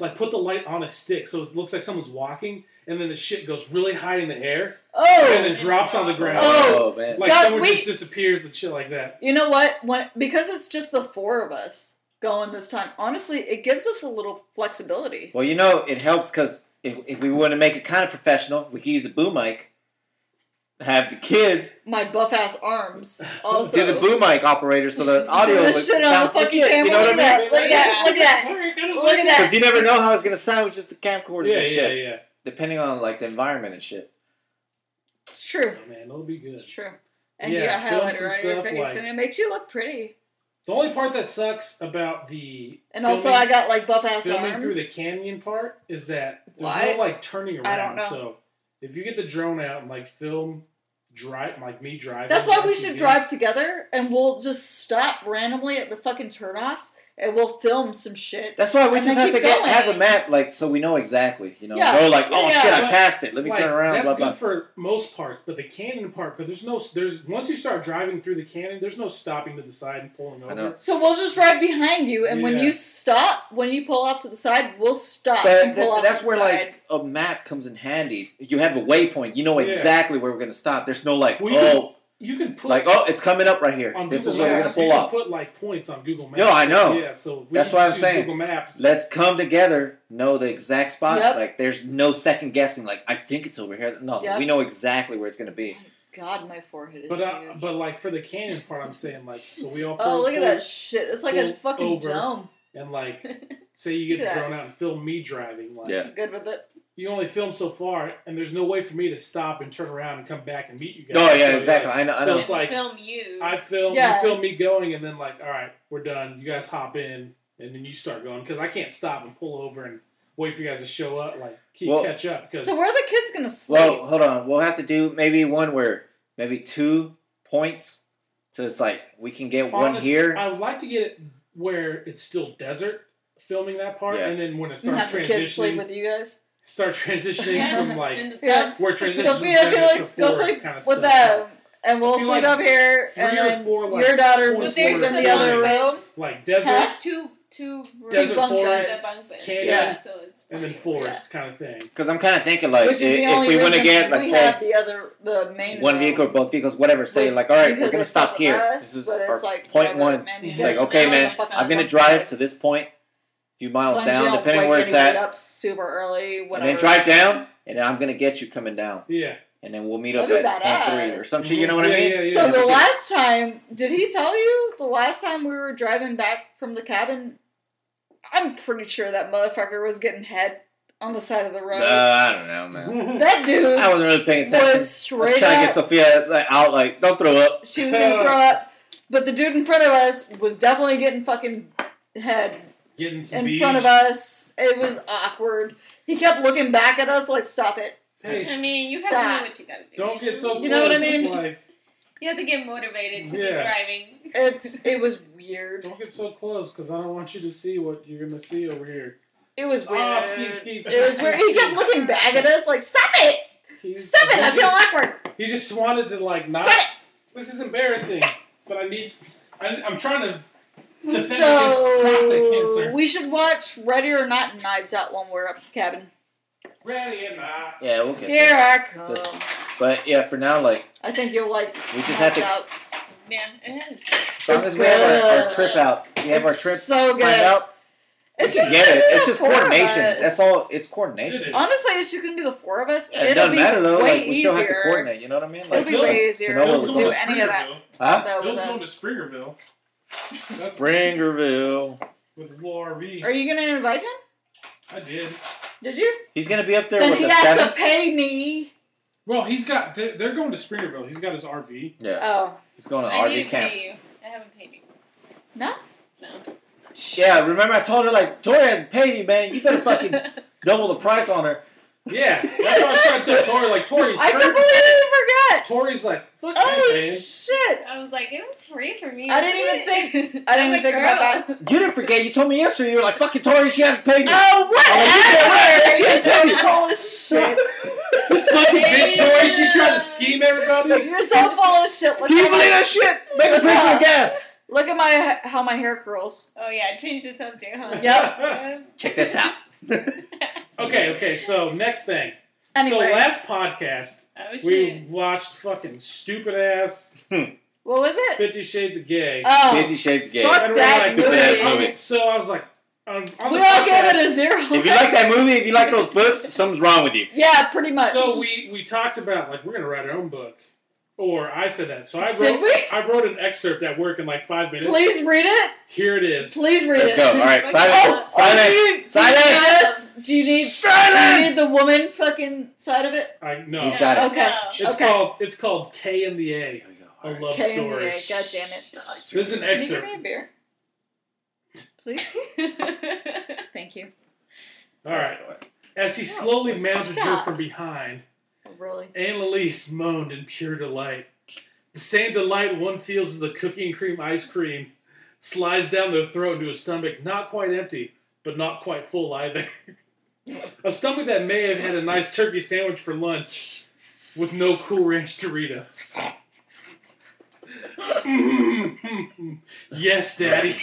S1: Like put the light on a stick so it looks like someone's walking, and then the shit goes really high in the air and
S2: oh,
S1: then drops on the ground.
S2: Oh.
S3: oh man.
S1: Like
S2: God,
S1: someone
S2: we-
S1: just disappears and shit like that.
S2: you know what? When because it's just the four of us going this time. Honestly, it gives us a little flexibility.
S3: Well, you know, it helps because if, if we want to make it kind of professional, we could use the boom mic. Have the kids
S2: My buff ass arms. Also,
S3: do the boom mic operator so the
S2: So
S3: audio
S2: the
S3: was-
S2: shit on the
S3: sounds
S2: fucking
S3: legit. You know
S2: camera,
S3: what I mean?
S2: Look at that, look at that, Look at that.
S3: Because you never know how it's gonna sound with just the camcorders
S1: Yeah,
S3: and
S1: yeah,
S3: shit,
S1: yeah.
S3: depending on like the environment and shit.
S2: it's true.
S1: Oh, man, that'll be good.
S2: It's true. And
S1: Yeah,
S2: you got
S1: film
S2: highlighter
S1: some
S2: right on your
S1: stuff,
S2: face,
S1: like-
S2: and it makes you look pretty.
S1: The only part that sucks about the
S2: And
S1: filming-
S2: also, I got like buff ass
S1: filming
S2: arms.
S1: through the canyon part is that there's
S2: Why?
S1: no like turning around.
S2: I don't know.
S1: So if you get the drone out and like film drive like me driving,
S2: That's why we
S1: SUV,
S2: should drive together, and we'll just stop randomly at the fucking turnoffs, and we'll film some shit.
S3: That's why we
S2: And
S3: just
S2: then
S3: have to
S2: keep
S3: get,
S2: going.
S3: have a map, like so we know exactly. You know,
S2: Yeah.
S3: go like,
S2: Yeah,
S3: oh
S2: yeah.
S3: shit, I
S1: But,
S3: passed it. Let me
S1: Like,
S3: turn around.
S1: That's
S3: Blah
S1: good
S3: blah.
S1: for most parts, but the canyon part because there's no there's once you start driving through the canyon, there's no stopping to the side and pulling over.
S3: I know.
S2: So we'll just ride behind you, and when
S1: Yeah.
S2: you stop, when you pull off to the side, we'll stop
S3: But
S2: and pull
S3: th-
S2: off
S3: that's
S2: to the
S3: where
S2: side.
S3: like a map comes in handy. You have a waypoint. You know
S1: Yeah.
S3: exactly where we're gonna stop. There's no like,
S1: Well, you
S3: oh,
S1: You can put
S3: like oh, it's coming up right here.
S1: on
S3: This
S1: Google
S3: is where we're
S1: Maps,
S3: gonna
S1: you
S3: pull
S1: can
S3: off.
S1: put like points on Google Maps.
S3: No, I know.
S1: Yeah, so if we
S3: That's
S1: can
S3: what I'm
S1: use
S3: saying.
S1: Google Maps.
S3: Let's come together, know the exact spot.
S2: Yep.
S3: Like, there's no second guessing. Like, I think it's over here. No,
S2: Yep.
S3: we know exactly where it's going to be.
S2: God, my forehead is
S1: But uh,
S2: huge.
S1: but like for the canyon part, I'm saying like so we all
S2: oh,
S1: pull-
S2: look at
S1: pull-
S2: that shit! It's like a
S1: pull
S2: fucking
S1: over.
S2: dome.
S1: and like say you get
S2: Look
S1: the
S2: at
S1: drone out and film me driving like
S3: Yeah.
S2: Good with it.
S1: you only film so far and there's no way for me to stop and turn around and come back and meet you guys
S3: No, yeah,
S1: So,
S3: exactly.
S1: like,
S3: I know. I
S1: So
S3: know.
S1: it's like-
S4: film you.
S1: i film
S2: Yeah.
S1: you film me going and then like all right we're done you guys hop in and then you start going because i can't stop and pull over and wait for you guys to show up like keep
S3: Well-
S1: catch up because
S2: So where are the kids gonna sleep?
S3: Well, hold on. We'll have to do maybe one where maybe two points. So it's like we can get one
S1: honest-
S3: here.
S1: i would like to get it where it's still desert filming that part,
S3: Yeah.
S1: and then when it
S2: And
S1: starts
S2: have the kids sleep
S1: transitioning,
S2: with you guys.
S1: start transitioning from like
S4: in the tub.
S2: Yeah.
S1: where transitions
S2: Sophia, I feel
S1: to
S2: like go
S1: forest
S2: sleep
S1: kind of
S2: with
S1: stuff.
S2: them, and we'll
S1: If you,
S2: sleep
S1: like,
S2: up here,
S1: three
S2: and
S1: or
S2: then
S1: four, like,
S2: your daughters
S1: four
S2: will
S4: So
S2: sleep
S4: there's
S1: swords
S2: in the
S1: and
S2: other
S1: like-
S2: room.
S1: Like desert
S2: Huh?
S4: There's two two rooms.
S1: Desert
S4: Two bunk
S1: forest,
S4: beds, bunk beds.
S1: canyon,
S4: Yeah, so it's
S1: and then
S4: plenty of
S1: forest kind of thing.
S3: Because I'm kind of thinking like
S2: Which is
S3: i-
S2: the
S3: if
S2: only
S3: we want to
S2: reason
S3: get let's
S2: we
S3: say
S2: have the other the main
S3: one
S2: room
S3: vehicle, both vehicles, whatever, say
S2: was
S3: like all right,
S2: because
S3: we're gonna
S2: of
S3: stop here.
S2: us,
S3: This is
S2: but
S3: our
S2: it's like,
S3: point
S2: whatever,
S3: one.
S2: man, you
S1: It's
S2: guys
S1: like,
S2: are
S3: okay,
S2: still
S3: man,
S2: on the fucking
S3: I'm gonna
S2: fucking
S3: drive
S2: bike.
S3: to this point, a few
S2: As
S3: miles
S2: long as you
S3: down,
S2: don't
S3: depending
S2: wake
S3: where it's
S2: anybody
S3: at,
S2: Up super early, whatever.
S3: and then drive down, and I'm gonna get you coming down,
S1: Yeah.
S3: and then we'll meet up
S2: That'd
S3: at
S2: be
S3: camp three
S2: badass.
S3: or some shit. Um, You know what
S1: Yeah,
S3: I mean?
S1: yeah, yeah.
S2: So the
S3: Yeah.
S2: last time, did he tell you the last time we were driving back from the cabin? I'm pretty sure that motherfucker was getting head on the side of the road.
S3: Uh, I don't know, man.
S2: that dude
S3: I wasn't really paying attention.
S2: was
S3: I was
S2: straight up.
S3: trying to get Sophia like, out, like don't throw up.
S2: she was gonna throw up, but the dude in front of us was definitely getting fucking head
S1: Getting some
S2: in
S1: beach.
S2: front of us. It was awkward. He kept looking back at us like, "Stop it."
S1: Hey,
S4: food. I mean, you
S2: Stop.
S4: gotta do what you gotta do.
S1: don't get so close.
S2: You know what I mean?
S1: Like,
S4: You have to get motivated to
S1: Yeah.
S4: be driving.
S2: It's it was weird.
S1: don't get so close because I don't want you to see what you're gonna see over here.
S2: It was
S1: Ah,
S2: weird.
S1: skeet, skeet,
S2: It was weird. He
S1: skeet.
S2: kept looking back at us like, "Stop it!
S1: He's-
S2: Stop it!
S1: he
S2: I feel
S1: just-
S2: awkward.
S1: He just wanted to like not.
S2: Stop it!"
S1: This is embarrassing, but I need. I, I'm trying to defend against prostate
S2: So
S1: cancer.
S2: we should watch Ready or Not Knives Out when we're up at the cabin.
S1: Ready and not.
S3: Yeah, we'll get
S2: Here
S3: there.
S2: I come.
S3: But yeah, for now, like
S2: I think you'll like.
S3: we just have
S2: Knives
S3: to.
S2: Out.
S4: Yeah, it is.
S3: As long
S2: It's
S3: as we have our, our
S2: good.
S3: trip out, we have our
S2: It's
S3: trip
S2: So good.
S3: planned out.
S2: It's
S3: we
S2: just
S3: can get
S2: gonna
S3: it.
S2: be
S3: It's
S2: the
S3: just
S2: four of
S3: coordination.
S2: us.
S3: That's all. It's coordination.
S1: It is.
S2: Honestly, it's just gonna be the four of us.
S3: Yeah, it
S2: It'll
S3: doesn't
S2: be
S3: matter though.
S2: way
S3: like we
S2: easier.
S3: still have to coordinate. You know what I mean?
S2: It'll
S3: Like,
S2: be
S1: Phil's-
S2: way
S3: to
S2: easier
S3: know what
S2: to
S3: we're
S2: do
S3: doing.
S2: any of that.
S3: huh?
S2: Though, with
S1: Phil's going to
S2: us.
S1: Springerville. That's
S3: Springerville.
S1: with his little RV.
S2: Are you gonna invite him?
S1: I did.
S2: Did you?
S3: He's gonna be up there
S2: Then
S3: with
S2: he
S3: the
S2: has
S3: seven.
S2: to pay me.
S1: Well, he's got. They're, they're going to Springerville. He's got his RV.
S3: Yeah,
S2: Oh
S3: he's going to
S4: I need
S3: RV
S4: to
S3: camp.
S4: pay you. I haven't paid you.
S2: no.
S4: No.
S3: Yeah, remember I told her like Tori hasn't paid you, man. You better fucking double the price on her.
S1: Yeah, that's what I was trying to tell Tori. Like Tori,
S2: I
S1: her-
S2: completely
S1: Tori's like, fuck
S2: forgot. Oh
S1: me, man.
S2: shit!
S4: I was like, it was free for me.
S2: I didn't even
S4: think.
S2: I didn't even think about that.
S3: You didn't forget. You told me yesterday. You were like fucking Tori. She hasn't paid me.
S2: Oh
S3: Oh, you
S2: whatever!
S3: said what?
S2: You're full of shit.
S1: This fucking bitch
S4: Yeah.
S1: Tori, she tried to scheme everybody.
S2: You're so full of shit. Look,
S3: Can you
S2: at,
S3: believe
S2: my,
S3: that shit? Make her pay for the gas.
S2: look at my how my hair curls.
S4: Oh yeah, I changed this up too, huh? Oh,
S1: Yep.
S3: Check this out.
S1: Okay, okay. So next thing.
S2: Anyway,
S1: So last podcast,
S4: oh shit.
S1: we watched fucking stupid ass
S2: what was it?
S1: Fifty Shades of Gay.
S2: Oh,
S3: Fifty Shades Gay.
S2: Fuck
S1: And we're
S2: that
S1: like,
S3: Stupid ass
S1: okay,
S3: movie.
S1: So I was like, um, on
S2: we
S1: the
S2: all gave
S1: podcast-
S2: it a zero.
S3: If you like that movie, if you like those books, something's wrong with you.
S2: yeah, pretty much.
S1: So we we talked about like we're gonna write our own book, or I said that. So I wrote
S2: Did we?
S1: I wrote an excerpt at work in like five minutes.
S2: Please read it.
S1: Here it is.
S2: Please read
S3: Let's
S2: it.
S3: go. All right,
S2: Oh,
S3: silence.
S2: do
S3: Silence.
S2: you, do you
S3: Silence.
S2: need us? Do you need? Do you need
S3: Silence.
S2: the woman fucking side of it?
S1: I no.
S3: He's got it.
S2: Okay.
S4: No.
S1: it's
S2: okay.
S1: called it's called K and the A. A love
S2: Okay, in the
S1: story.
S2: A, God damn it.
S1: This is an
S2: Can you give
S1: excerpt.
S2: me a beer? Please? Thank you.
S1: All right. As he slowly mounted her
S2: Oh, stop.
S1: from behind,
S2: Really?
S1: Annalise moaned in pure delight. The same delight one feels as the cookie and cream ice cream slides down their throat into a stomach not quite empty, but not quite full either. a stomach that may have had a nice turkey sandwich for lunch with no cool ranch Doritos. Mm, yes, Daddy.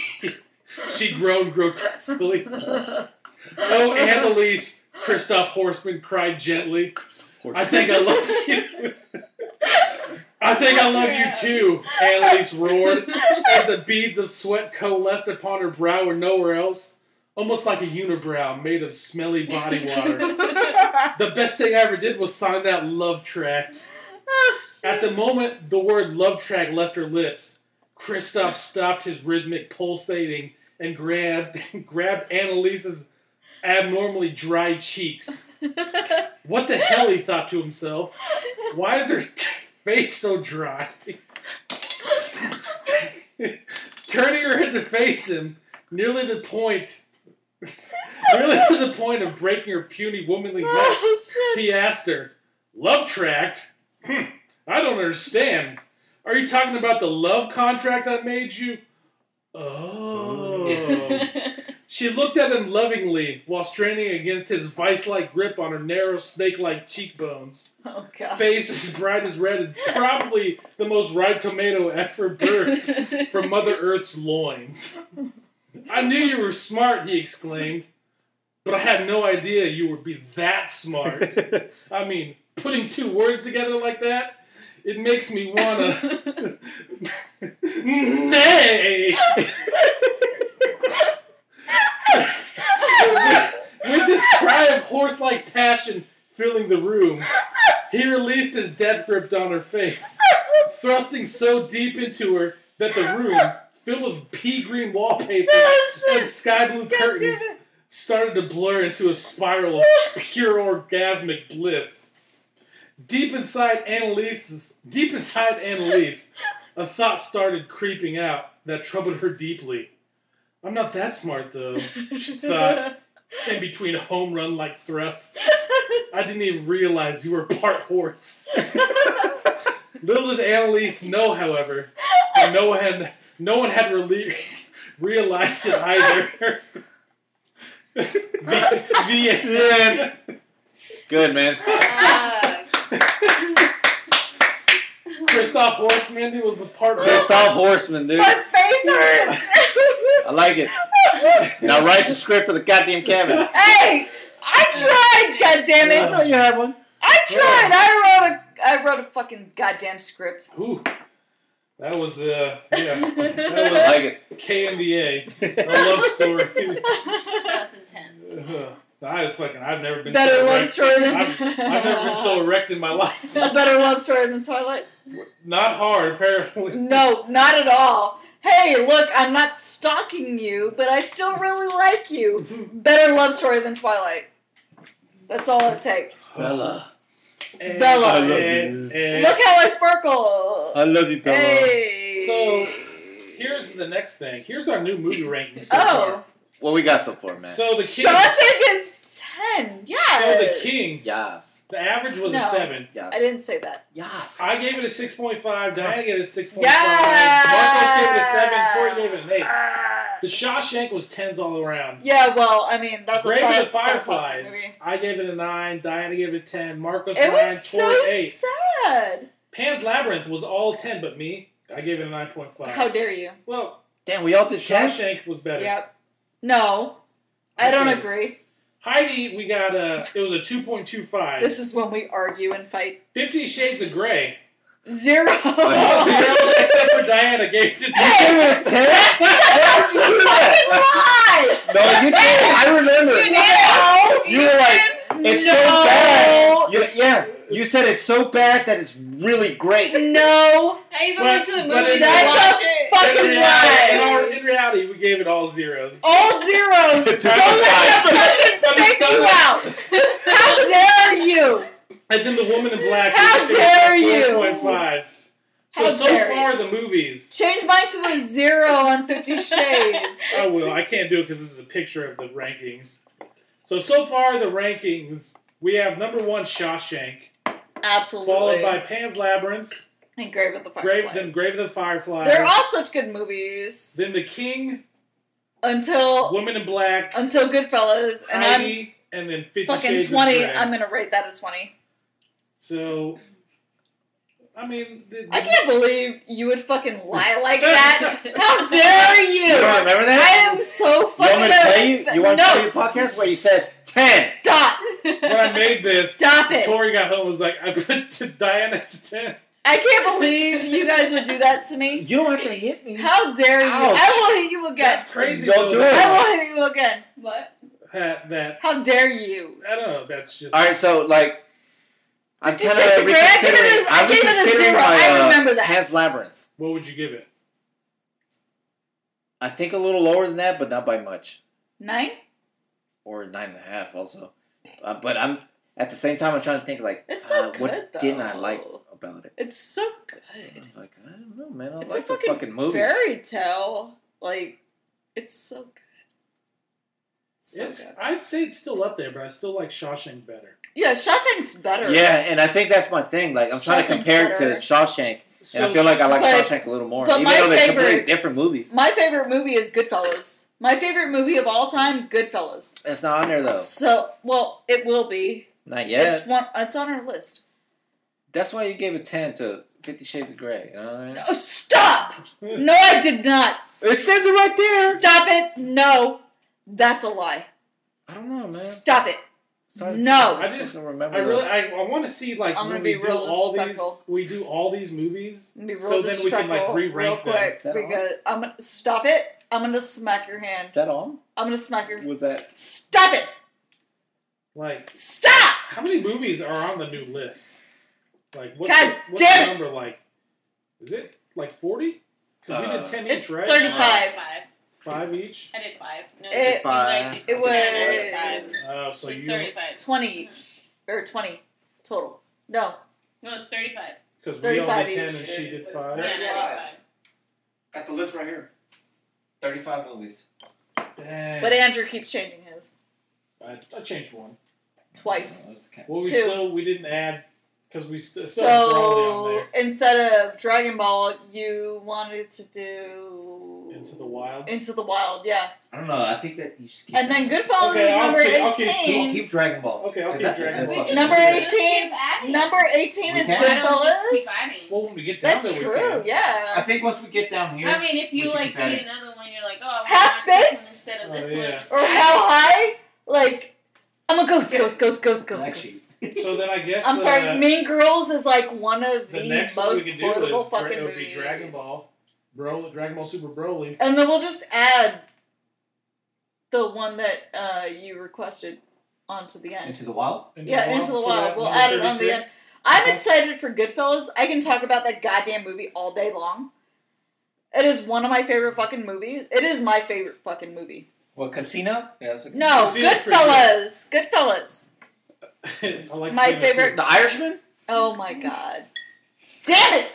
S1: she groaned grotesquely. Oh, Annalise, Christoph Horseman cried gently. I think I love you. I think I love you too, Annalise roared as the beads of sweat coalesced upon her brow and nowhere else, almost like a unibrow made of smelly body water. the best thing I ever did was sign that love tract. At the moment the word love track left her lips, Christoph stopped his rhythmic pulsating and grabbed grabbed Annalise's abnormally dry cheeks. What the hell, he thought to himself. Why is her face so dry? Turning her head to face him, nearly the point, nearly to the point of breaking her puny womanly neck,
S2: oh, shit.
S1: he asked her, Love tract? Hmm, I don't understand. Are you talking about the love contract I made you? Oh. She looked at him lovingly while straining against his vice like grip on her narrow snake like cheekbones.
S2: Oh god.
S1: Face as bright as red is probably the most ripe tomato ever birthed from Mother Earth's loins. I knew you were smart, he exclaimed, but I had no idea you would be that smart. I mean, putting two words together like that, it makes me wanna. Nay! with, with this cry of horse like passion filling the room, he released his death grip on her face, thrusting so deep into her that the room, filled with pea green wallpaper
S2: No, shit.
S1: and sky blue
S2: God damn
S1: curtains,
S2: it.
S1: started to blur into a spiral of pure orgasmic bliss. Deep inside Annalise's, deep inside Annalise, a thought started creeping out that troubled her deeply. I'm not that smart though. She thought in between home run like thrusts. I didn't even realize you were part horse. Little did Annalise know, however, that no one no one had rele- realized it either. the, the end.
S3: Yeah. Good man.
S4: Ah,
S1: Christoph Horseman who was a part
S3: Christoph Horseman, dude.
S2: My face hurts.
S3: I like it. Now write the script for the goddamn cabin.
S2: hey, I tried. God damn
S3: I know
S2: it!
S3: you have one.
S2: I tried. I wrote a. I wrote a fucking goddamn script.
S1: Ooh, that was uh yeah
S3: I
S1: that
S3: like
S1: was KMBA a
S3: it.
S1: love story.
S4: that was intense.
S1: Ugh. I fucking I've never been
S2: Better
S1: so
S2: love
S1: erect.
S2: story than.
S1: I've, I've never been so erect in my life.
S2: A better love story than Twilight.
S1: Not hard, apparently.
S2: No, not at all. Hey, look, I'm not stalking you, but I still really like you. Better love story than Twilight. That's all it takes.
S3: Bella.
S1: Eh,
S2: Bella. I
S3: love
S1: eh,
S3: you.
S1: eh.
S2: Look how I sparkle.
S3: I love you, Bella.
S2: Hey.
S1: Uh, So here's the next thing. Here's our new movie rankings. So
S2: Oh,
S3: What we got so far,
S1: far.
S3: man?
S1: So the king,
S2: Shawshank is ten. Yes.
S1: So the king.
S3: Yas.
S1: the average was a
S2: No.
S1: seven.
S2: I
S3: Yas.
S2: didn't say that.
S3: Yas.
S1: I gave it a six point five. Diana gave it a six point five.
S2: Yeah.
S1: Marcos gave it a seven. Tori gave it an eight.
S2: Ah.
S1: The Shawshank was tens all around.
S2: Yeah, well, I mean that's
S1: Grave
S2: a
S1: of
S2: five,
S1: the
S2: that's awesome
S1: Fireflies.
S2: movie.
S1: I gave it a nine. Diana gave it a ten. Marcos
S2: It
S1: nine.
S2: was so
S1: Tori eight.
S2: sad.
S1: Pan's Labyrinth was all 10 but me. I gave it a 9.5.
S2: How dare you?
S1: well,
S3: Damn, we all did ten.
S1: Shawshank was better.
S2: Yep. No, I don't
S1: Listen.
S2: agree.
S1: Heidi, we got a, it was a 2.25.
S2: This is when we argue and fight.
S1: Fifty Shades of Grey.
S2: Zero.
S1: All zeros
S2: That's
S1: except for Diana gave it
S3: You gave it a ten. Why would you do that?
S2: why.
S3: No, you did. I remember.
S2: You did.
S3: You were like, it's so
S2: No.
S3: bad. You, yeah, you said it's so bad that it's really great.
S2: No.
S4: I even
S1: But-
S4: went to
S1: but
S4: the movies to
S2: that's
S4: watch it.
S2: fucking
S1: in,
S2: lie.
S1: reality, in, our- in reality, we gave it all zeros.
S2: All zeros.
S3: It's
S2: Don't let
S3: a
S2: that
S1: But
S2: fucking
S1: it's
S2: fake
S1: not
S2: you
S1: us.
S2: out. How dare you?
S1: And then The Woman in Black.
S2: How
S1: was
S2: dare you.
S1: 4.5. So,
S2: How
S1: so
S2: dare you.
S1: far, the movies.
S2: Change mine to a zero on Fifty Shades.
S1: I will. I can't do it because this is a picture of the rankings. So, so far, the rankings. We have number one, Shawshank.
S2: Absolutely.
S1: followed by Pan's Labyrinth,
S2: and Grave of the
S1: Grave,
S2: Fireflies.
S1: then Grave of the Fireflies,
S2: They're all such good movies.
S1: then The King,
S2: until
S1: Woman in Black,
S2: until Goodfellas, Oh. Um, and I'm
S1: Heidi, and then Fifty
S2: fucking
S1: Shades of
S2: twenty.
S1: Grey.
S2: I'm gonna rate that a twenty.
S1: so, I mean, the,
S2: I can't believe you would fucking lie like that. How dare you?
S3: You don't remember
S2: I
S3: that?
S2: am so
S3: You
S2: fucking.
S3: want me to play you? You want
S2: no.
S3: to play your podcast where you said ten?
S2: Stop.
S1: when I made this,
S2: Stop it.
S1: Tori got home and was like, I put to Diana's ten.
S2: I can't believe you guys would do that to me.
S3: You don't have to hit me.
S2: How dare you?
S3: Ouch.
S2: I will hit you again.
S1: That's crazy.
S3: Don't
S1: though,
S3: do it.
S2: I
S1: that-
S2: will hit you again.
S4: What?
S1: That, that
S2: How dare you?
S1: I don't know. That's just.
S3: All right, so like, I'm kind
S2: Fifty Shades
S3: of
S2: of Grey, I give it a-
S3: reconsidering.
S2: I
S3: I'm
S2: gave it a
S3: reconsidering
S2: zero.
S3: my
S2: I
S3: uh,
S2: remember that.
S3: Pan's Labyrinth.
S1: What would you give it?
S3: I think a little lower than that, but not by much,
S2: Nine?
S3: or nine and a half also. Uh, but I'm at the same time I'm trying to think like,
S2: It's so
S3: uh, what
S2: good,
S3: didn't I
S2: though.
S3: like about it?
S2: It's so
S3: I
S2: good.
S3: was like I don't know, man. I
S2: It's
S3: like
S2: a
S3: the
S2: fucking,
S3: fucking movie.
S2: fairy tale. Like, it's so good. So
S1: it's,
S2: good.
S1: I'd say it's still up there, but I still like Shawshank better.
S2: Yeah, Shawshank's better.
S3: Yeah, and I think that's my thing. Like I'm trying to
S2: Shawshank's
S3: compare it
S2: better.
S3: to Shawshank,
S1: So,
S3: and I feel like I like
S2: But-
S3: Shawshank a little more,
S2: but
S3: even
S2: my
S3: though they're completely
S2: favorite-
S3: different movies.
S2: My favorite movie is Goodfellas. My favorite movie of all time, Goodfellas.
S3: It's not on there though.
S2: So, well, it will be.
S3: Not yet.
S2: It's one. It's on our list.
S3: That's why you gave a ten to Fifty Shades of Grey. You know what I mean?
S2: Oh, stop! No, I did not.
S3: It says it right there.
S2: Stop it! No, that's a lie.
S3: I don't know, Oh, man.
S2: Stop it!
S3: Sorry.
S2: No.
S1: I just-
S3: don't remember.
S1: I really,
S3: that.
S1: I, I want to see like
S2: I'm gonna
S1: when
S2: be
S1: we do
S2: real
S1: all these,
S2: respectful.
S1: we do all these movies.
S2: I'm gonna be real
S1: So then we can, like,
S2: disrespectful real
S1: re-rank them.
S2: quick
S3: Is that on?
S2: because I'm gonna stop it. I'm gonna smack your hand.
S3: Is that all?
S2: I'm gonna smack your.
S3: Was that?
S2: Stop it!
S1: Like,
S2: Stop!
S1: how many movies are on the new list? Like, what's
S2: God
S1: the, what's
S2: damn
S1: the
S2: it.
S1: number like? Is it like forty? Because we
S3: Uh,
S1: did ten
S2: it's
S1: each, right?
S2: 30. Five.
S4: Five.
S1: Five each.
S4: I did five. No,
S2: It-
S4: it,
S3: Five.
S4: Like,
S2: It
S4: no, I did
S2: was
S4: five.
S1: Oh, so
S4: it's
S1: you-
S4: thirty-five.
S2: twenty or twenty total. No,
S4: No, it's thirty-five.
S1: Because we all
S2: 35
S1: did ten
S2: each.
S1: and she did
S4: Yeah,
S1: five.
S4: I did
S2: Yeah.
S4: five.
S3: Got the list right here. Thirty-five movies.
S1: Dang.
S2: but Andrew keeps changing his
S1: I, I changed one.
S2: twice.
S3: Oh,
S1: Well, we
S2: Two.
S1: still we didn't add because we st- still have Broly on
S2: So
S1: there
S2: instead of Dragon Ball, you wanted to do
S1: into the wild.
S2: Into the Wild, yeah.
S5: I don't know. I think that you just keep.
S2: And then Goodfellas
S1: Okay,
S2: is
S1: I'll
S2: number
S1: take- I'll keep-
S5: keep,
S2: 18.
S5: keep Dragon Ball.
S1: Okay, I'll
S5: 'cause
S1: keep
S5: that's a
S1: Dragon
S5: good
S1: Ball.
S5: fucking
S2: Number
S5: movie.
S4: We just
S2: 18.
S4: keep adding.
S2: Number 18
S5: We
S2: is
S5: can.
S4: Why don't we
S2: Goodfellas.
S4: just keep adding?
S1: Well, when we get down
S2: That's
S1: there,
S2: true,
S1: we
S5: I
S2: yeah.
S5: think once we get down here,
S4: I mean, if
S5: We
S4: you
S5: should
S4: like
S5: do
S4: see
S5: better.
S4: another one, you're like, oh, I
S2: Half
S4: want to watch this one
S2: bits?
S4: instead of
S1: Oh,
S4: this
S1: yeah.
S4: one.
S2: Or How High, like, I'm a ghost, ghost, ghost, ghost, ghost,
S5: black
S2: ghost.
S5: sheep.
S1: can. So then I guess
S2: I'm
S1: uh,
S2: sorry, Mean Girls is like one of the,
S1: the next one we
S2: most
S1: can do
S2: quotable
S1: is dra-
S2: fucking
S1: it would be
S2: movies.
S1: Dragon Ball, Broly, Dragon Ball Super Broly.
S2: And then we'll just add the one that uh, you requested onto the end.
S5: Into the Wild.
S1: Into
S2: Yeah,
S1: the
S2: Into the
S1: Put
S2: Wild.
S1: that
S2: We'll
S1: number
S2: add it on the
S1: 36.
S2: I'm excited for Goodfellas. I can talk about that goddamn movie all day long. It is one of my favorite fucking movies. It is my favorite fucking movie.
S3: Well, Casino. Yeah, that's a good
S2: No,
S1: See, that's pretty
S2: Goodfellas. Goodfellas.
S1: I like
S2: My
S1: Kino too.
S2: favorite-
S3: The Irishman.
S2: Oh my god. Damn it!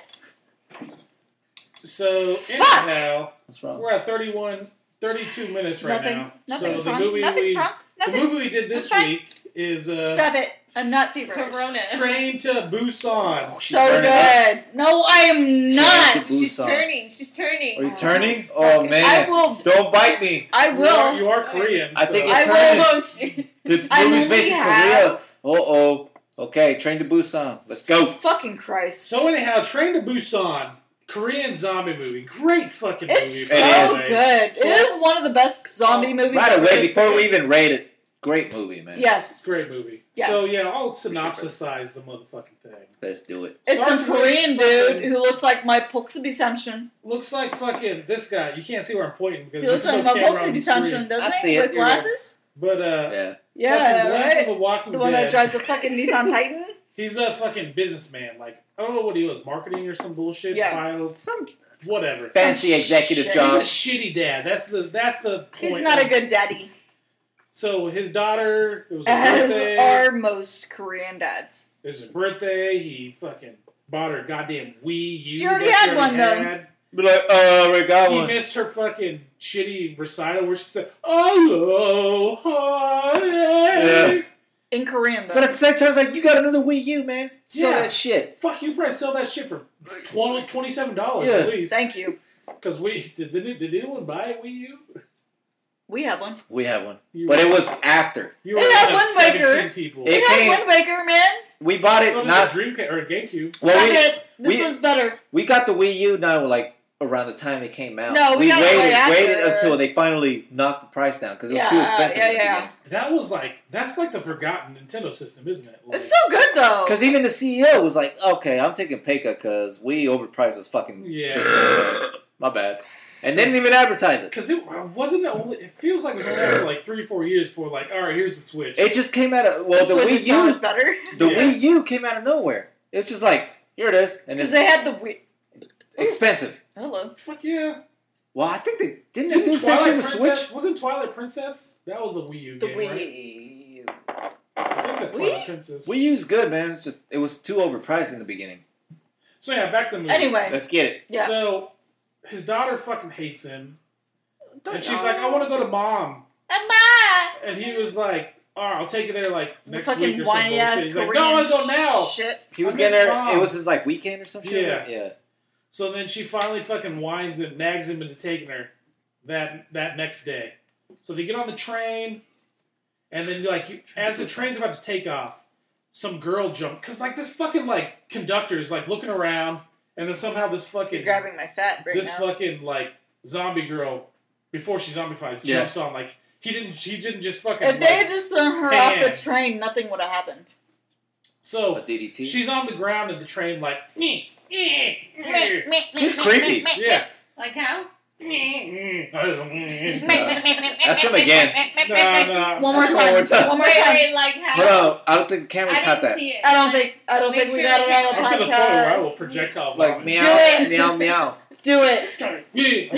S1: So anyhow,
S3: What's wrong?
S1: we're at 31, 32 minutes right
S2: Nothing.
S1: now.
S2: Nothing's
S1: so the
S2: wrong.
S1: movie
S2: Nothing's
S1: we
S2: wrong.
S1: the
S2: Nothing.
S1: movie we did this
S2: That's fine.
S1: week is uh,
S2: Stop it. I'm not feverish.
S4: Corona.
S1: Train to Busan.
S3: Oh,
S2: So
S3: Turn
S2: good. No, I am
S3: Shut
S2: not.
S3: the boots on.
S4: She's
S3: Are
S4: turning.
S3: you turning? Oh
S2: Fuck.
S3: man!
S2: I will.
S3: Don't bite me.
S2: I
S1: You are,
S2: will.
S1: you are Korean.
S3: I think
S1: so-
S3: it's-
S2: I
S3: turning.
S2: will.
S4: Oh, shit.
S3: This
S2: I
S3: movie's
S2: only
S3: based in
S2: have-
S3: Korea. Uh oh. Okay, Train to Busan. Let's go.
S2: Oh, Fucking Christ.
S1: So anyhow, Train to Busan, Korean zombie movie, great fucking movie.
S2: It's so
S1: by
S3: It
S1: the
S3: is.
S1: way.
S2: good. It is one of the
S1: Oh,
S2: best zombie movies.
S3: Right
S2: I've
S3: away,
S2: ever
S3: before we
S2: seen.
S3: even rate it, great movie, man.
S2: Yes.
S1: Great movie.
S2: Yes.
S1: So yeah, I'll synopsisize the motherfucking thing.
S3: Let's do it.
S2: It's some
S1: Starts with
S2: Korean
S1: fucking-
S2: dude who looks like my Poksubi Samson.
S1: Looks like fucking this guy. You can't see where I'm pointing
S2: He
S1: because
S2: looks
S1: there's
S2: like
S1: no
S2: my
S1: camera on
S2: Poksubi
S1: the
S2: Samson,
S1: screen.
S2: doesn't
S3: I
S2: he?
S3: see it,
S2: With
S3: you're right.
S2: glasses?
S1: But uh,
S3: Yeah.
S1: fucking
S2: Yeah,
S1: Glenn
S2: right?
S1: from The Walking
S2: The one
S1: Dead.
S2: that drives a fucking Nissan Titan?
S1: He's a fucking businessman. Like I don't know what he was marketing or some bullshit.
S2: Yeah.
S1: Bio,
S3: Some
S1: whatever. He's
S3: fancy executive
S2: shit.
S1: a
S3: job.
S1: shitty dad. That's the that's the point.
S2: He's not a
S1: of-
S2: good daddy.
S1: So his daughter. It was a
S2: As
S1: birthday.
S2: are most Korean dads.
S1: It was her birthday. He fucking bought her goddamn Wii U.
S2: She already
S1: that
S2: had one, though.
S1: had.
S3: Be like, uh, we got
S1: He
S3: one.
S1: missed her fucking shitty recital where she said, Aloha. eh." Yeah.
S2: In Korean,
S3: But at
S2: though.
S3: the same time, it's like, you got another Wii U, man. Sell
S1: Yeah.
S3: that shit.
S1: Fuck, you probably sell that shit for 20, $27
S3: Yeah.
S1: at least.
S2: Thank you.
S1: Because we, did, any- did anyone buy a Wii U?
S2: We have one.
S3: We have one.
S1: You
S3: But
S1: were-
S3: it was after.
S1: You
S2: It
S1: were
S2: had
S1: one of
S2: one maker.
S1: 17 people.
S2: We
S3: It
S2: had
S3: came-
S2: Wind Waker, man.
S3: We bought
S1: So
S3: it,
S1: did
S3: not.
S1: the Dreamcast or a GameCube.
S3: Well,
S2: Stop
S3: we-
S2: it. This
S3: we-
S2: was better.
S3: We got the Wii U now, like, around the time it came out.
S2: No, we got it way
S3: waited,
S2: after.
S3: waited until they finally knocked the price down because it was
S2: Yeah,
S3: too expensive.
S2: yeah,
S3: at the
S2: yeah.
S3: beginning.
S1: That was like, that's like the forgotten Nintendo system, isn't it? Like,
S2: It's so good, though.
S3: Because even the CEO was like, okay, I'm taking a pay cut because we overpriced this fucking
S1: Yeah.
S3: system. man. My bad. And they didn't even advertise it.
S1: Because it wasn't the only, it feels like it was only after like three, four years before, like, all right, here's the Switch.
S3: It just came out of, well,
S2: this
S3: the
S2: was
S3: Wii
S2: so much
S3: U,
S2: better.
S3: the
S1: Yeah.
S3: Wii U came out of nowhere. It's just like, here it is. And
S2: Because
S3: it's
S2: they had the Wii.
S3: expensive.
S2: Hello.
S1: Fuck yeah.
S3: Well, I think they, didn't they
S1: Didn't
S3: do the same
S1: Twilight
S3: thing with
S1: Princess,
S3: Switch?
S1: Wasn't Twilight Princess? That was the Wii U
S2: The
S1: game, right?
S2: Wii.
S1: I think that Twilight
S2: Wii?
S1: Princess.
S3: Wii U's good, man. It's just, it was too overpriced in the beginning.
S1: So yeah, back to the movie.
S2: Anyway,
S3: Let's get it.
S2: yeah.
S1: So his daughter fucking hates him, and she's
S2: know.
S1: like, "I want to go to mom,"
S2: Amma!
S1: and he was like, "All right, I'll take you there like
S2: The
S1: next
S2: fucking
S1: week or some
S2: whiny ass
S1: bullshit." He's
S2: Korean
S1: like, "No, I want to go now."
S2: shit.
S3: He was
S1: I miss
S3: getting there.
S1: Mom.
S3: It was his like weekend or some shit.
S1: Yeah.
S3: yeah.
S1: So then she finally fucking whines and nags him into taking her. that that next day. So they get on the train, and then like you, as the train's about to take off, some girl jump because like this fucking like conductor is like looking around, and then somehow this
S6: You're
S1: fucking
S6: grabbing my fat right
S1: this
S6: now.
S1: fucking like zombie girl before she zombifies
S3: Yeah.
S1: jumps on like he didn't she didn't just fucking
S2: If
S1: like-
S2: they had just thrown her off
S1: Pan.
S2: the train, nothing would have happened.
S1: so
S3: A DDT.
S1: She's on the ground in the train, like, "Meh, eh, eh."
S3: She's creepy.
S1: yeah.
S4: Like how?
S1: no,
S3: Ask him again.
S1: no.
S2: One more
S3: One
S2: time.
S3: more time.
S2: One more
S4: Wait,
S2: time.
S4: wait, like how?
S3: Bro, I don't think the camera
S4: I
S3: caught
S4: didn't
S3: that.
S4: see it.
S2: I don't think I don't
S4: Make
S2: think we
S4: sure
S2: got
S4: you
S2: it on the
S1: I'm to the point where I will
S2: podcast.
S1: projectile
S3: Like
S1: vomit.
S2: Do
S3: meow,
S2: it.
S3: meow, meow.
S2: Do it.
S1: Yeah.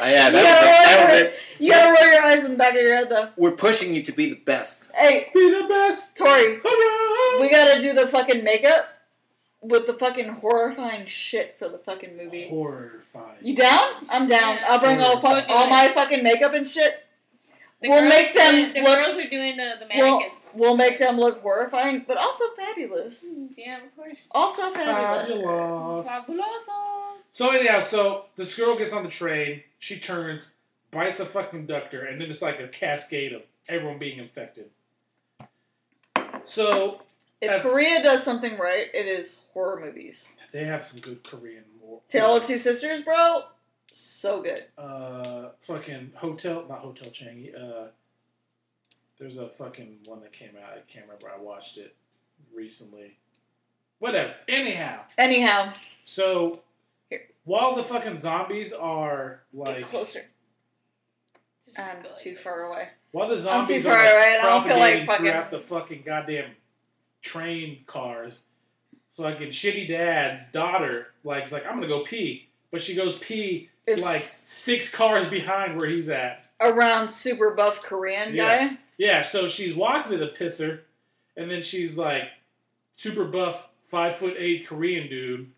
S3: Oh, yeah, that was, it.
S2: Yeah,
S3: that was
S2: right.
S3: it.
S2: You gotta roll your eyes in the back of your head though.
S3: We're pushing you to be the best.
S2: Hey,
S1: Be the best.
S2: Tori,
S1: Hurrah.
S2: we gotta do the fucking makeup with the fucking horrifying shit for the fucking movie.
S1: Horrifying.
S2: You down? I'm down. I'll bring all
S1: Go
S2: fu-
S4: do
S2: all
S4: it.
S2: my fucking makeup and shit.
S4: The
S2: We'll
S4: girls
S2: make
S4: were
S2: them
S4: doing- The
S2: look-
S4: girls are doing the, the
S2: We'll,
S4: mannequins. Mm,
S2: we'll make them look horrifying, but also fabulous.
S4: Yeah, of course.
S2: Also
S1: Fabulous.
S2: fabulous.
S4: Fabuloso.
S1: So anyhow, so this girl gets on the train. She turns, bites a fucking conductor, and then it's like a cascade of everyone being infected. So
S2: If Korea does something right, it is horror movies.
S1: they have some good Korean war.
S2: Tale of Two Sisters, bro, so good.
S1: uh, fucking hotel, not hotel Changi. Uh, there's a fucking one that came out. I can't remember. I watched it recently. Whatever. Anyhow,
S2: Anyhow,
S1: so
S2: Here.
S1: while the fucking zombies are
S2: get
S1: like,
S2: closer.
S4: Just
S2: I'm
S4: go like
S2: too
S4: this.
S2: far away.
S1: while the
S2: I'm too
S1: zombies
S2: far
S1: are like,
S2: away, I don't feel like
S1: propagating
S2: fucking-
S1: throughout the fucking goddamn train cars, fucking shitty dad's daughter like is like, I'm gonna go pee, but she goes pee
S2: It's
S1: like six cars behind where he's at.
S2: around super buff Korean
S1: Yeah.
S2: guy.
S1: Yeah, so she's walking to the pisser, and then she's like, super buff, five foot eight Korean dude.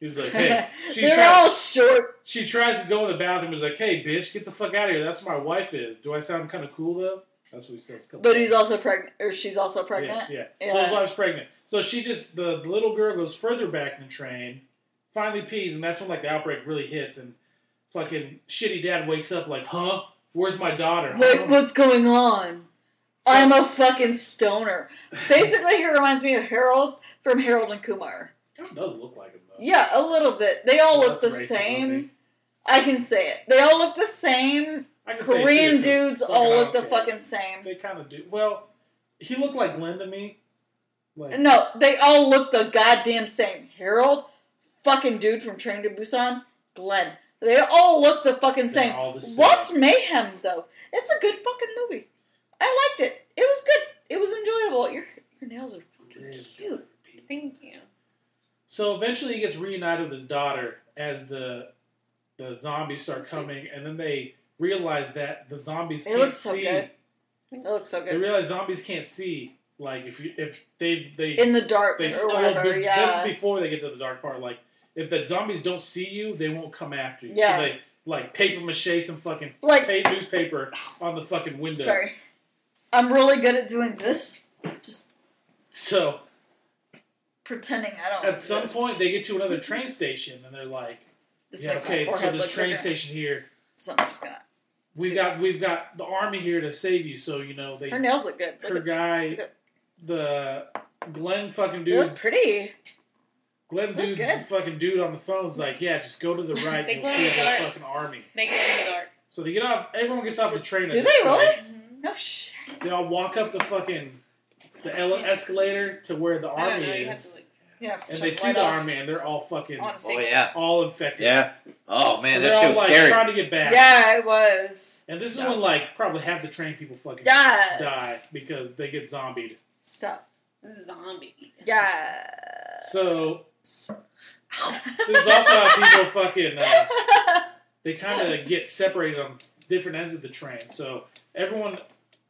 S1: He's like, hey, she
S2: They're
S1: tried-
S2: all short.
S1: she tries to go in the bathroom. He's like, hey, bitch, get the fuck out of here. That's where my wife is. Do I sound kind of cool though? That's what he says.
S2: But he's also pregnant, or she's also
S1: yeah,
S2: pregnant.
S1: yeah. So
S2: Yeah.
S1: his wife's pregnant. So she just the, the little girl goes further back in the train, finally pees, and that's when like the outbreak really hits, and fucking shitty dad wakes up like, huh, where's my daughter?
S2: Like, what's going on?
S1: So-
S2: I'm a fucking stoner. Basically, he reminds me of Harold from Harold and Kumar.
S1: It does look like him though.
S2: Yeah, a little bit. They all
S1: Well,
S2: look the
S1: that's racist of
S2: same.
S1: me.
S2: I can say it. They all look the same.
S1: I can say it, too,
S2: Korean
S1: 'cause
S2: dudes
S1: fucking
S2: all
S1: I
S2: look the
S1: don't care.
S2: fucking same.
S1: They kind of do. Well, he looked like Glenn to me. Like,
S2: No, they all look the goddamn same. Harold, fucking dude from Train to Busan, Glenn. They all look the fucking
S1: they're
S2: same.
S1: all the same.
S2: What's Mayhem though? It's a good fucking movie. I liked it. It was good. It was enjoyable. Your your nails are fucking cute.
S4: Thank you.
S1: So eventually, he gets reunited with his daughter as the the zombies start coming, and then they realize that the zombies
S2: It
S1: can't
S2: looks so
S1: see.
S2: good. It looks so
S1: They
S2: good.
S1: realize zombies can't see. Like if you if they they
S2: In the dark
S1: they
S2: or
S1: well,
S2: whatever.
S1: be-
S2: Yeah.
S1: this is before they get to the dark part. Like if the zombies don't see you, they won't come after you.
S2: Yeah.
S1: So they like paper mache some fucking
S2: like
S1: pa- newspaper on the fucking window.
S2: sorry, I'm really good at doing this. Just
S1: So
S2: pretending I don't.
S1: at some
S2: exist.
S1: point they get to another train station and they're like,
S2: This
S1: yeah,
S2: makes my
S1: okay, so
S2: forehead
S1: this
S2: look
S1: train
S2: bigger.
S1: station here,
S2: So I'm just gonna.
S1: we've
S2: Dude.
S1: got we've got the army here to save you. So you know they
S2: Her
S1: her,
S2: nails look good. Look at-
S1: guy,
S2: look at-
S1: the Glenn fucking
S2: They look
S1: dude's
S2: pretty.
S1: Glenn
S2: Look
S1: dude's
S2: good.
S1: fucking dude on the phone's like, yeah, just go to the right,
S4: They
S1: you'll
S4: glow in
S1: see
S4: the
S1: the
S4: dark.
S1: fucking army.
S4: Make it in the dark.
S1: So they get off. Everyone gets off the train. at
S2: Do
S1: this
S2: they really?
S1: place.
S2: No shit.
S1: They all walk up the fucking the ele- escalator to where the
S4: I don't
S1: army
S4: know. You have
S1: is,
S4: to like.
S2: Yeah.
S1: and they see
S2: right
S1: the
S2: off.
S1: army, and they're all fucking
S2: I want to see.
S3: Oh yeah,
S1: all infected.
S3: yeah. Oh man,
S1: So
S3: that
S1: they're
S3: shit
S1: all
S3: was
S1: like
S3: scary.
S1: trying to get back.
S2: Yeah, it was.
S1: And this is
S3: Yes.
S1: when like probably half the train people fucking
S2: Yes.
S1: die because they get zombied.
S2: Stop.
S4: Zombie.
S2: Yes.
S1: So this is also how people fucking uh, they kind of get separated on different ends of the train. So everyone,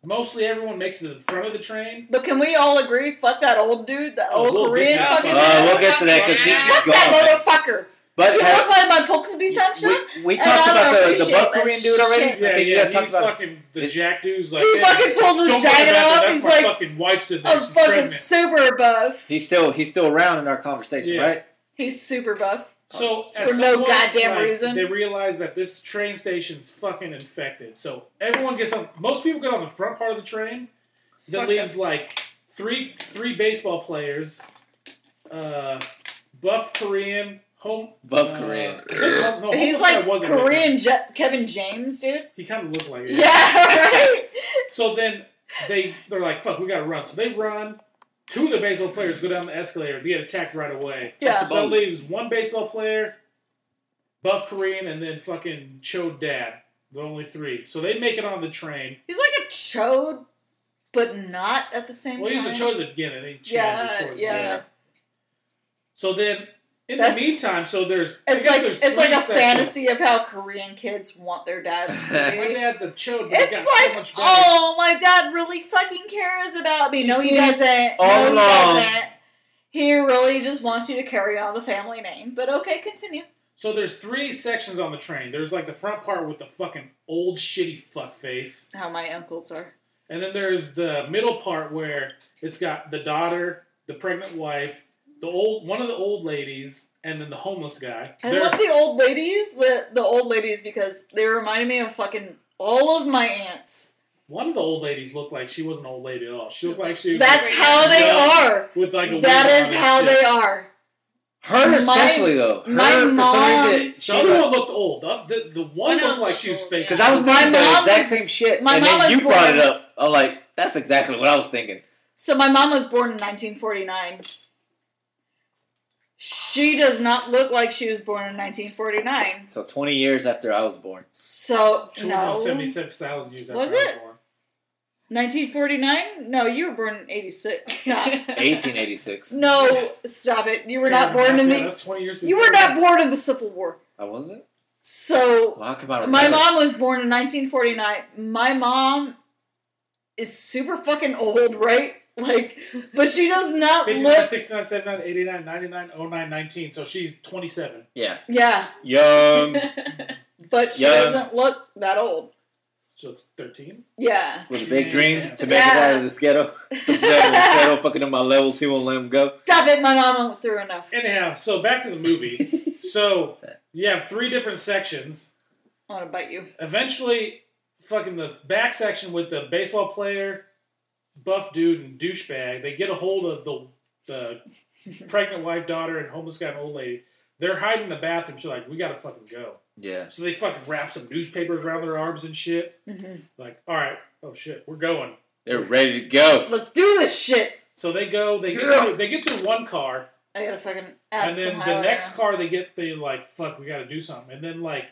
S1: mostly everyone, makes it to the front of the train.
S2: But can we all agree? Fuck that old dude, that
S1: Oh,
S2: old
S1: we'll get
S2: Korean
S1: that
S2: fucking
S1: fucker.
S3: Uh,
S2: man.
S3: we'll get to that because he
S4: Yeah.
S3: keeps
S2: Fuck
S3: going.
S2: that motherfucker.
S3: But
S2: You look
S3: have-
S2: like my Pokemon sunshine.
S3: we, we
S2: and
S3: talked
S2: I don't
S3: about the, the
S2: appreciate
S3: buff
S2: that
S3: Korean dude already.
S2: shit.
S1: Yeah,
S3: I think you
S1: yeah,
S3: guys talked
S1: he's
S3: about.
S1: fucking the Jack dude's like,
S2: He
S1: "Hey,
S2: fucking pulls
S1: don't
S2: his
S1: go in the
S2: jacket
S1: bathroom,
S2: off.
S1: That's
S2: He's
S1: my
S2: like,
S1: fucking wife's in there.
S2: I'm
S1: She's
S2: fucking
S1: pregnant."
S2: super buff.
S3: He's still he's still around in our conversation,
S1: Yeah.
S3: right?
S2: He's super buff.
S1: So at
S2: For
S1: some
S2: no
S1: point,
S2: goddamn
S1: like,
S2: reason.
S1: they realize that this train station's fucking infected. So everyone gets on. Most people get on the front part of the train. That
S3: Fuck
S1: leaves like three three baseball players, uh, buff Korean, home
S3: Buff
S1: uh,
S3: Korean.
S1: no, no,
S2: He's
S1: homeless guy
S2: like
S1: wasn't with them.
S2: Korean Je- Kevin James, dude.
S1: He kind of looked like it.
S2: Yeah, right.
S1: So then they they're like, "Fuck, we gotta run." So they run. Two of the baseball players go down the escalator. They get attacked right away.
S2: Yeah.
S1: So that leaves one baseball player, Buff Korean, and then fucking Cho Dad. The only three. So they make it on the train.
S2: He's like a chode, but not at the same
S1: Well,
S2: time.
S1: he's a Cho at the beginning. He changes
S2: yeah,
S1: towards the
S2: yeah.
S1: end. So then, in
S2: That's-
S1: the meantime, so there's I
S2: It's
S1: guess
S2: like
S1: there's
S2: it's
S1: three
S2: like a
S1: sections.
S2: fantasy of how Korean kids want their dads to
S1: My
S2: be.
S1: dad's a Cho, but he got so
S2: It's like,
S1: much better.
S2: oh, my dad really fucking cares about me.
S3: You
S2: No, he
S3: see,
S2: doesn't.
S3: all
S2: no, he
S3: along-
S2: doesn't. He really just wants you to carry on the family name. But okay, continue.
S1: So there's three sections on the train. There's like the front part with the fucking old shitty fuckface.
S2: How my uncles are.
S1: And then there's the middle part where it's got the daughter, the pregnant wife, the old one of the old ladies, and then the homeless guy.
S2: I
S1: They're-
S2: love the old ladies. The the old ladies because they reminded me of fucking all of my aunts.
S1: one of the old ladies looked like she wasn't an old lady at all. She looked
S4: She was
S1: like
S4: like-
S1: she was
S2: That's how they are.
S1: with like a
S2: That
S1: wig
S2: is
S1: on
S2: how
S1: and shit.
S2: they are.
S3: Her
S2: My-
S3: especially though. Her
S2: my
S3: for
S2: mom-
S3: some reason
S1: The
S3: she
S1: other
S3: like,
S1: one looked old. The, the, the one
S4: One of
S1: looked
S4: them
S1: like
S4: looked
S1: she was
S4: old,
S1: fake.
S4: yeah.
S3: because I was
S2: My
S3: thinking the
S2: mom
S3: exact
S2: was-
S3: same shit,
S2: my
S3: and
S2: mom
S3: then
S2: was
S3: you brought
S2: born-
S3: it up. I'm like, that's exactly what I was thinking.
S2: So my mom was born in 1949. She does not look like she was born in 1949.
S3: So 20 years after I was born.
S2: So no,
S1: 276,000 years after
S2: Was
S1: I
S2: it?
S1: born.
S2: 1949? No, you were born in 86. Stop.
S3: 1886.
S2: no, stop it. You were not
S1: Fair
S2: born in
S1: enough, yeah,
S2: the.
S1: that's 20 years
S2: You were
S1: before.
S2: not born in the Civil War.
S3: I wasn't.
S2: So
S3: Well, how come I remember?
S2: my mom was born in 1949. My mom is super fucking old, right? Like, but she does not
S1: 59,
S2: look.
S1: 69, 79, 89, 99, 09, 19. oh So she's 27.
S3: Yeah,
S2: Yeah,
S3: young
S2: but she
S3: Yeah.
S2: doesn't look that old.
S1: She looks 13.
S2: Yeah.
S3: with a big dream to make it
S2: Yeah.
S3: out of this ghetto. This ghetto settle fucking in my levels. He won't let him go.
S2: Stop it, my mama went through enough.
S1: Anyhow, so back to the movie. so
S3: Sad.
S1: you have three different sections.
S2: I want to bite you.
S1: Eventually, fucking the back section with the baseball player, buff dude, and douchebag, they get a hold of the the pregnant wife, daughter, and homeless guy and old lady. They're hiding in the bathroom. So like, we gotta fucking go.
S3: Yeah,
S1: So they fucking wrap some newspapers around their arms and shit.
S2: hmm
S1: Like, all right, oh shit, we're going.
S3: they're ready to go.
S2: Let's do this shit.
S1: So they go. They get through, they get through one car,
S2: I gotta fucking add
S1: and
S2: some
S1: then the
S2: highlighter.
S1: next car they get they like fuck we got to do something, and then like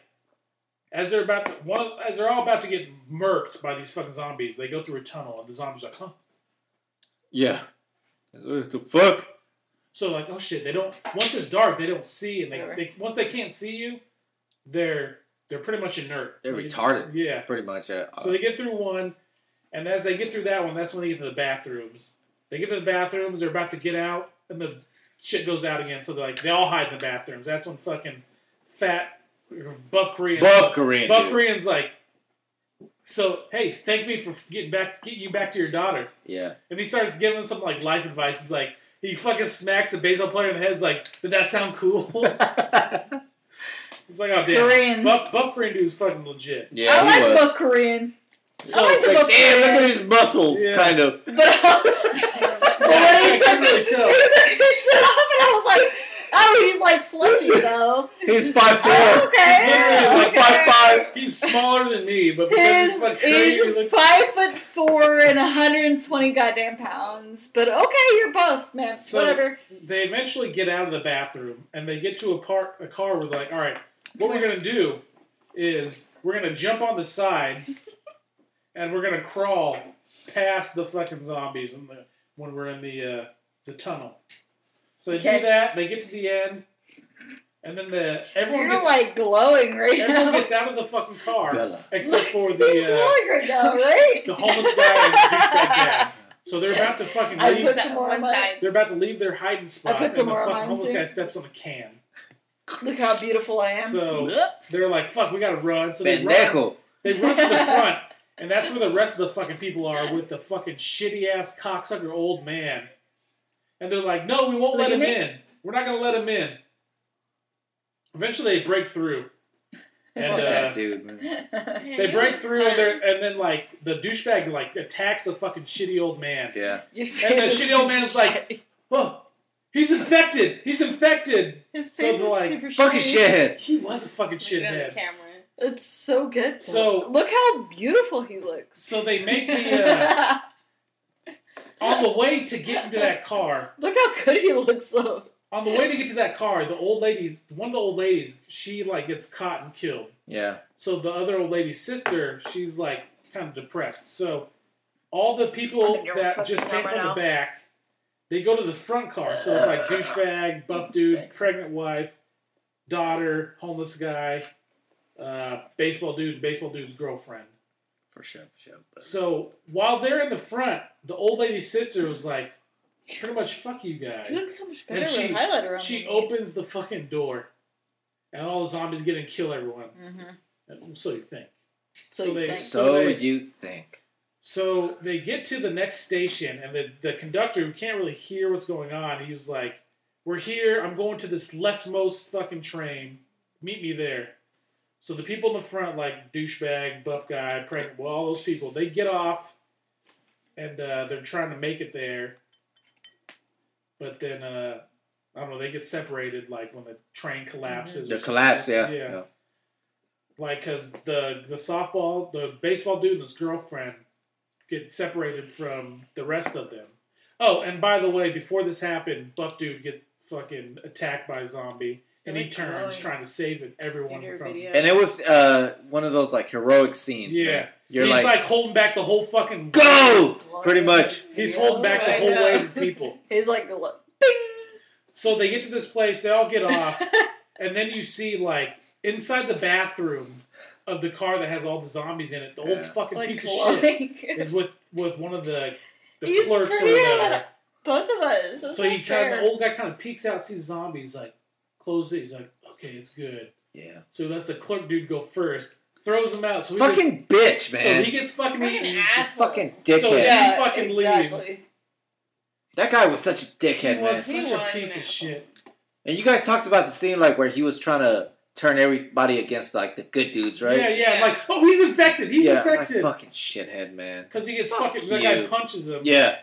S1: as they're about to one of- as they're all about to get murked by these fucking zombies, they go through a tunnel, and the zombies are like huh.
S3: Yeah. What the fuck?
S1: So like oh shit, they don't once it's dark they don't see, and they,
S2: Whatever.
S1: they once they can't see you, they're they're pretty much inert.
S3: They're
S1: Like,
S3: retarded.
S1: Yeah.
S3: Pretty much. Uh,
S1: So they get through one, and as they get through that one, that's when they get to the bathrooms. They get to the bathrooms, they're about to get out, and the shit goes out again. So they're like, they all hide in the bathrooms. That's when fucking fat buff Korean
S3: buff Korean.
S1: buff
S3: dude.
S1: Korean's like, so hey, thank me for getting back, getting you back to your daughter.
S3: Yeah.
S1: And he starts giving some like life advice. He's like, he fucking smacks the baseball player in the head. He's like, did that sound cool? He's like, oh damn,
S2: Koreans.
S1: buff, buff Korean dude's fucking legit.
S3: Yeah.
S2: I
S3: he
S2: like
S3: was.
S2: both Korean,
S1: So
S2: like the
S3: Like,
S2: buff
S3: damn, look
S2: Korean.
S3: at his muscles,
S1: Yeah.
S3: kind of.
S2: but, uh, but
S1: I
S2: when he took,
S1: can't
S2: really
S1: really
S2: he
S1: tell.
S2: took his shit off, and I was like, oh, he's like fluffy though.
S3: He's five four.
S2: Oh,
S1: He's
S2: okay.
S1: literally
S3: He's
S2: okay.
S3: five five.
S1: He's smaller than me, but because he's
S2: His
S1: like crazy
S2: is
S1: looking.
S2: five foot four and 120 goddamn pounds. But okay, you're buff, man.
S1: So-
S2: Whatever.
S1: They eventually get out of the bathroom and they get to a part a car where they're like, all right, what we're gonna do is we're gonna jump on the sides and we're gonna crawl past the fucking zombies in the, when we're in the uh, the tunnel. So they
S2: Okay.
S1: do that. They get to the end, and then the everyone
S2: You're
S1: gets
S2: like glowing right
S1: everyone
S2: now.
S1: gets out of the fucking car
S3: Bella.
S1: except for
S2: He's
S1: the uh,
S2: glowing right now, right?
S1: the homeless guy and the douchebag guy. So they're about to fucking
S2: I
S1: leave
S2: put
S4: Except
S2: some more on
S4: one
S2: mine.
S4: side.
S1: They're about to leave their hiding spot,
S2: put
S1: and
S2: some
S1: the
S2: more on
S1: fucking
S2: mine,
S1: homeless
S2: too.
S1: guy steps on a can.
S2: Look how beautiful I am.
S1: So
S3: Nuts.
S1: they're like, "Fuck, we gotta run!" So they run,
S3: Pendejo.
S1: they run to the front, and that's where the rest of the fucking people are with the fucking shitty ass cocksucker old man. And they're like, "No, we won't
S2: Look
S1: let
S2: at
S1: him
S2: me.
S1: in. We're not gonna let him in." Eventually, they break through, and
S3: Fuck that
S1: uh,
S3: dude, man.
S1: they break through, and, they're- and then like the douchebag like attacks the fucking shitty old man.
S3: Yeah.
S2: Your
S1: And the
S2: face is
S1: shitty old man's like, "Oh, he's infected! He's infected!"
S2: His
S1: So
S2: face
S1: they're
S2: is
S1: like,
S2: super
S3: Fucking
S2: shitty.
S3: shithead.
S1: He was a fucking
S4: Shit on the
S1: shithead.
S4: camera.
S2: It's so good.
S1: So-
S2: look how beautiful he looks.
S1: So they make the uh, on the way to get into that car.
S2: look how good he looks though.
S1: On the way to get to that car, the old ladies, one of the old ladies, she like gets caught and killed.
S3: Yeah.
S1: So the other old lady's sister, she's like kind of depressed. So all the people
S6: I'm in your
S1: that
S6: fucking
S1: just came
S6: number
S1: from
S6: now.
S1: the back, they go to the front car. So it's like douchebag, buff dude,
S3: Thanks.
S1: pregnant wife, daughter, homeless guy, uh, baseball dude, baseball dude's girlfriend.
S3: For sure. For sure.
S1: So while they're in the front, the old lady's sister was like, pretty much fuck you guys.
S2: He looks so much better
S1: And she-
S2: with highlighter on.
S1: She opens the fucking door, and all the zombies get and kill everyone.
S2: hmm
S1: And So you think.
S2: So,
S1: So
S2: you
S1: they-
S2: think.
S3: So,
S1: So they-
S3: you think?
S1: So they get to the next station, and the, the conductor, who can't really hear what's going on, he was like, We're here. I'm going to this leftmost fucking train. Meet me there. So the people in the front, like douchebag, buff guy, pregnant, well, all those people, they get off, and uh, they're trying to make it there. But then, uh, I don't know, they get separated, like when the train collapses. or
S3: The
S1: something.
S3: collapse. Yeah.
S1: Yeah.
S3: yeah.
S1: Like, because the the softball, the baseball dude and his girlfriend get separated from the rest of them. Oh, and by the way, before this happened, Buff Dude gets fucking attacked by a zombie, and he
S2: Really?
S1: turns
S2: Oh,
S1: trying to save it- everyone
S2: Your
S1: from.
S2: video.
S3: And it was uh, one of those like heroic scenes.
S1: Yeah.
S3: man. You're
S1: He's
S3: like,
S1: like, holding back the whole fucking.
S3: go. Oh, Pretty much.
S1: He's holding back the
S4: I
S1: whole
S4: know.
S1: wave of people.
S2: He's like, look, bing.
S1: So they get to this place, they all get off, and then you see like inside the bathroom of the car that has all the zombies in it, the old
S3: Yeah.
S1: fucking
S2: like
S1: piece of shit.
S2: glowing.
S1: is with with one of the the
S2: He's
S1: clerks or
S2: pretty
S1: whatever.
S2: Both of us. That's
S1: So
S2: not
S1: he kind
S2: fair.
S1: of the old guy kind of peeks out, sees zombies, like closes it. He's like, okay, it's good.
S3: Yeah.
S1: So that's the clerk dude go first, throws him out. So he
S3: Fucking bitch,
S1: gets,
S3: man.
S1: so he gets fucking
S4: Fucking
S1: eaten.
S4: ass.
S3: Just fucking
S1: So
S3: dickhead.
S2: Yeah.
S1: he fucking
S2: exactly.
S1: leaves.
S3: That guy was such a dickhead,
S1: he
S3: man.
S1: was
S4: He
S1: such a
S4: was
S1: piece
S4: an
S1: of
S4: asshole.
S1: shit.
S3: And you guys talked about the scene like where he was trying to turn everybody against like the good dudes, right?
S1: Yeah, yeah,
S4: Yeah.
S1: Like, oh, he's infected. He's
S3: yeah,
S1: infected.
S3: Like, fucking shithead, man.
S1: Because he gets
S3: Fuck
S1: fucking. That guy
S3: you.
S1: punches him.
S3: Yeah.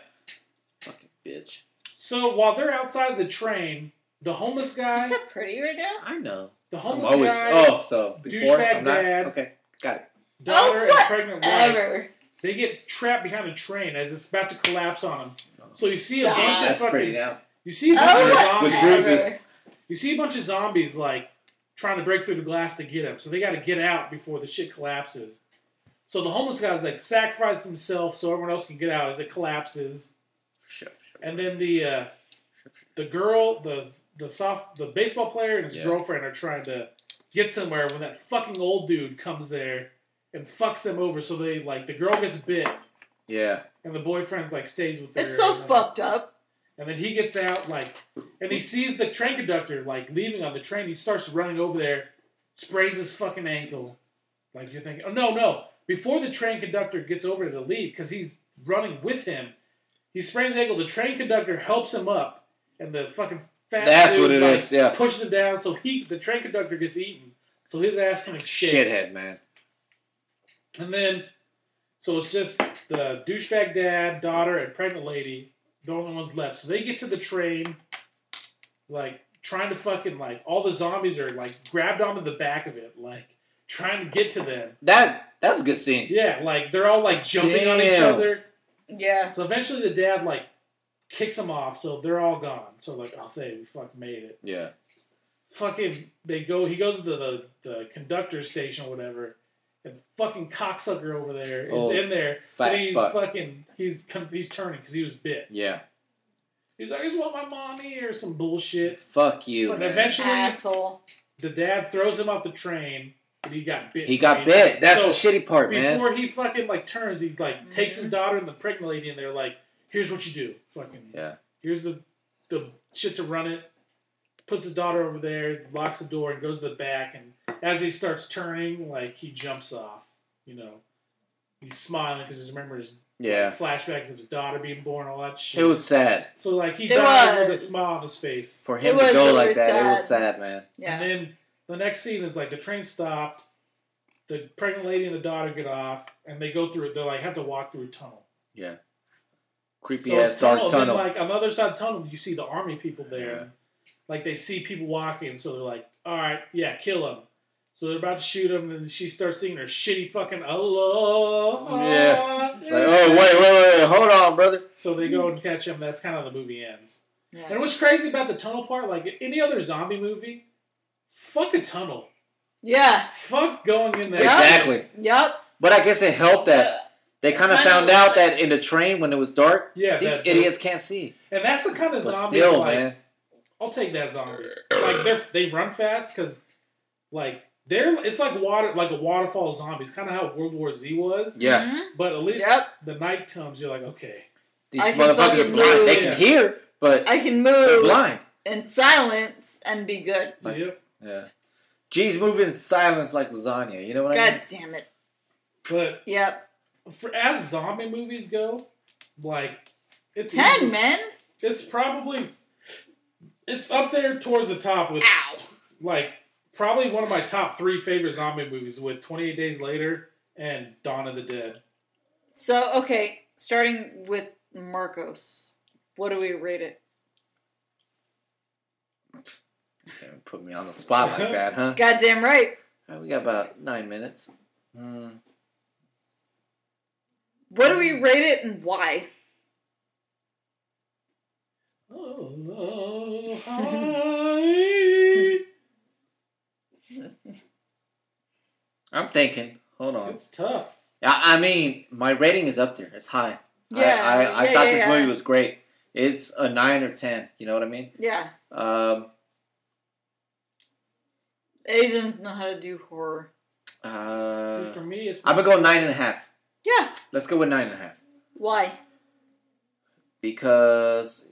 S3: Fucking bitch.
S1: So while they're outside of the train, the homeless
S2: You're
S1: guy,
S2: so pretty right now.
S3: I know.
S1: the
S3: I'm
S1: homeless
S3: always
S1: guy,
S3: oh so before
S1: douchebag
S3: I'm not,
S1: dad.
S3: okay got it.
S1: daughter,
S2: Oh,
S1: and pregnant wife,
S2: Ever.
S1: they get trapped behind a train as it's about to collapse on them. So you see a
S2: Stop.
S1: bunch of
S3: that's pretty
S1: fucking.
S3: now
S1: You see a bunch
S2: Oh,
S1: of
S2: whatever.
S1: zombies.
S3: with bruises.
S1: You see a bunch of zombies like trying to break through the glass to get him. So they got to get out before the shit collapses. So the homeless guy's like sacrifices himself so everyone else can get out as it collapses.
S3: For sure, for sure.
S1: And then the uh, the girl, the the soft, the baseball player and his
S3: Yeah.
S1: girlfriend are trying to get somewhere when that fucking old dude comes there and fucks them over. So they like the girl gets bit
S3: Yeah.
S1: and the boyfriend's like stays with.
S2: It's
S1: her
S2: so
S1: and then-
S2: fucked up.
S1: and then he gets out, like, and he sees the train conductor, like, leaving on the train. He starts running over there, sprains his fucking ankle. Like, you're thinking, oh, no, no. Before the train conductor gets over to leave, because he's running with him, he sprains his ankle. The train conductor helps him up, and the fucking fat
S3: That's
S1: dude,
S3: what it
S1: like,
S3: is, yeah.
S1: pushes him down. So he, the train conductor gets eaten. So his ass can escape.
S3: Shithead man.
S1: And then, so it's just the douchebag dad, daughter, and pregnant lady, the only ones left. So they get to the train, like, trying to fucking, like, all the zombies are, like, grabbed onto the back of it, like, trying to get to them.
S3: That that's a good scene.
S1: Yeah, like, they're all, like, jumping on each
S3: Damn.
S1: other.
S2: Yeah.
S1: So eventually the dad, like, kicks them off, so they're all gone. So, like, oh, they, we fucking made it
S3: Yeah.
S1: fucking they go he goes to the, the conductor station or whatever and fucking cocksucker over there is
S3: Oh,
S1: in there
S3: fat
S1: and he's
S3: fuck.
S1: fucking he's com- he's turning because he was bit
S3: Yeah.
S1: he's like i just want my mommy or some bullshit
S3: Fuck you,
S1: and
S3: man.
S1: eventually
S2: Asshole.
S1: the dad throws him off the train and he got bit
S3: he got
S1: right?
S3: bit. That's
S1: So,
S3: the shitty part, man.
S1: before he fucking like turns he like takes
S2: Mm-hmm.
S1: his daughter and the pregnant lady and they're like here's what you do fucking
S3: Yeah.
S1: here's the the shit to run it. Puts his daughter over there, locks the door, and goes to the back. And as he starts turning, like he jumps off. You know, he's smiling because he's remembering his
S3: Yeah.
S1: flashbacks of his daughter being born, all that shit.
S3: It was sad.
S1: so like he
S2: It
S1: dies with a
S2: was.
S1: smile on his face,
S3: For him
S2: It
S3: to
S2: was
S3: go
S2: really
S3: like that, it was
S2: sad.
S3: sad, man.
S2: Yeah.
S1: and then The next scene is like the train stopped, the pregnant lady and the daughter get off, and they go through. They like have to walk through a tunnel.
S3: Creepy
S1: So
S3: ass
S1: it's
S3: dark
S1: tunnel.
S3: tunnel.
S1: Then, like on the other side of the tunnel, you see the army people there.
S3: Yeah.
S1: Like they see people walking, so they're like, "All right, yeah, kill them." So they're about to shoot him, and she starts singing her shitty fucking "Allah."
S3: Yeah. It's like, oh wait, wait, wait, hold on, brother.
S1: So they go and catch him. That's kind of the movie ends.
S2: Yeah.
S1: And what's crazy about the tunnel part, like any other zombie movie, fuck a tunnel.
S2: Yeah.
S1: Fuck going in there.
S3: Exactly.
S2: Yep.
S3: But I guess it helped that they kind of
S4: Kinda
S3: found
S4: like-
S3: out that in the train when it was dark,
S1: Yeah,
S3: these
S1: that-
S3: idiots can't see.
S1: And that's the kind of
S3: But
S1: zombie.
S3: still,
S1: like,
S3: man,
S1: I'll take that zombie. Like they are they run fast because, like they're it's like water like a waterfall zombie. It's kind of how World War Z was.
S3: yeah,
S2: Mhm.
S1: But at least
S2: Yep.
S1: the night comes, you're like, okay,
S3: these
S2: I can
S3: motherfuckers are
S2: fucking
S3: blind.
S2: move.
S3: They can hear, but
S2: I can
S3: they're
S2: move
S3: blind.
S2: in silence and be good.
S3: Like-
S1: yep.
S3: Yeah, G's moving in silence like lasagna. You know what I mean?
S2: God damn it.
S1: But
S2: Yep.
S1: for, as zombie movies go, like it's easy-
S2: Ten men.
S1: It's probably it's up there towards the top with
S4: Ow.
S1: like probably one of my top three favorite zombie movies with 28 Days Later and Dawn of the Dead.
S2: So okay, starting with Marcos. What do we rate it?
S3: Damn, Put me on the spot like that, huh?
S2: Goddamn right.
S3: Alright, we got about nine minutes.
S2: Hmm.
S3: Mm,
S2: What do we rate it and why?
S1: Oh, hi.
S3: I'm thinking. Hold on.
S1: it's tough.
S3: I, I mean, my rating is up there. It's high. I-
S2: Yeah.
S3: I, I,
S2: yeah,
S3: thought
S2: yeah,
S3: this
S2: yeah.
S3: movie was great. It's a nine or ten. You know what I mean?
S2: Yeah.
S3: Um,
S2: Asians know how to do horror.
S3: uh,
S1: See, for me, it's
S3: I'm gonna go nine and a half.
S2: Yeah.
S3: Let's go with nine and a half
S2: Why?
S3: because,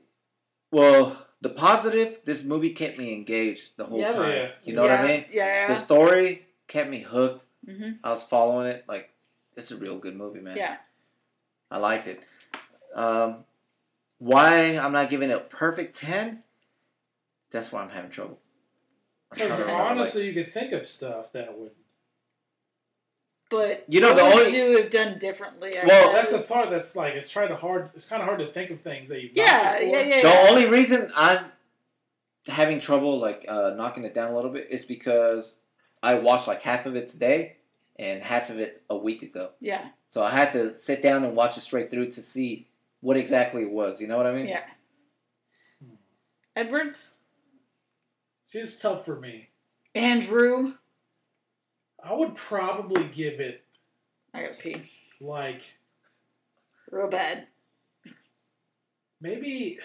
S3: well, the positive. This movie kept me engaged the whole
S2: Yeah.
S3: time.
S1: Yeah.
S3: You know what I
S2: Yeah,
S3: mean?
S2: Yeah.
S3: The story kept me hooked.
S2: hmm
S3: I was following it. Like, this is a real good movie, man.
S2: Yeah.
S3: I liked it. Um, why I'm not giving it a perfect 10? That's why I'm having trouble. I'm trying to
S1: because
S3: remember, like-
S1: honestly, you can think of stuff that would.
S2: But
S3: You know, the
S2: what would
S3: only-
S2: you have done differently. I
S3: Well,
S1: That's the
S2: guess?
S1: part that's like it's trying to hard. It's kind of hard to think of things that you've not
S2: Yeah,
S1: before.
S2: yeah, yeah,
S3: the
S2: yeah.
S3: only reason I'm having trouble like uh, knocking it down a little bit is because I watched like half of it today and half of it a week ago.
S2: yeah,
S3: So I had to sit down and watch it straight through to see what exactly it was. You know what I mean?
S2: yeah. Edwards,
S1: She's tough for me.
S2: Andrew.
S1: I would probably give it
S2: I gotta pee
S1: like
S2: real bad.
S1: maybe.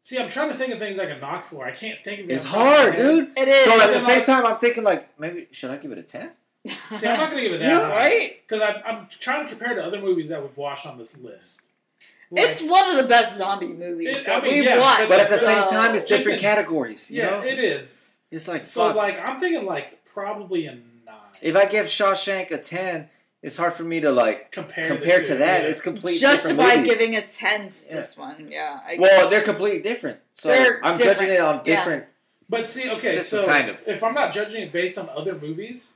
S1: See, I'm trying to think of things I can knock for. I can't think of.
S3: It's
S1: off the top of
S3: hard,
S1: my head.
S3: dude.
S2: It is.
S3: So at the
S1: It's
S3: same
S1: like-
S3: time, I'm thinking like maybe should I give it a ten?
S1: See, I'm not gonna give it that
S3: You know,
S1: high.
S2: right?
S1: Because I'm, I'm trying to compare to other movies that we've watched on this list. Like,
S2: It's one of the best zombie movies
S1: It- I
S2: that
S1: mean,
S2: we've
S1: yeah,
S2: watched.
S3: But at the
S1: So-
S3: same time, it's
S1: Just
S3: different
S1: in-
S3: categories. You
S1: yeah,
S3: know,
S1: it is.
S3: it's like
S1: So
S3: fuck.
S1: like I'm thinking like probably a nine.
S3: if I give Shawshank a ten, it's hard for me to like
S1: Compare
S3: compare
S1: the
S3: to
S1: two,
S3: that.
S1: yeah.
S3: It's completely
S2: justify
S3: different movies.
S2: giving a ten to this one. Yeah. I,
S3: Well, they're completely different. So
S2: They're
S3: I'm
S2: different.
S3: judging it on
S2: Yeah.
S3: different.
S1: But see, okay,
S3: System,
S1: so
S3: kind of.
S1: if I'm not judging it based on other movies,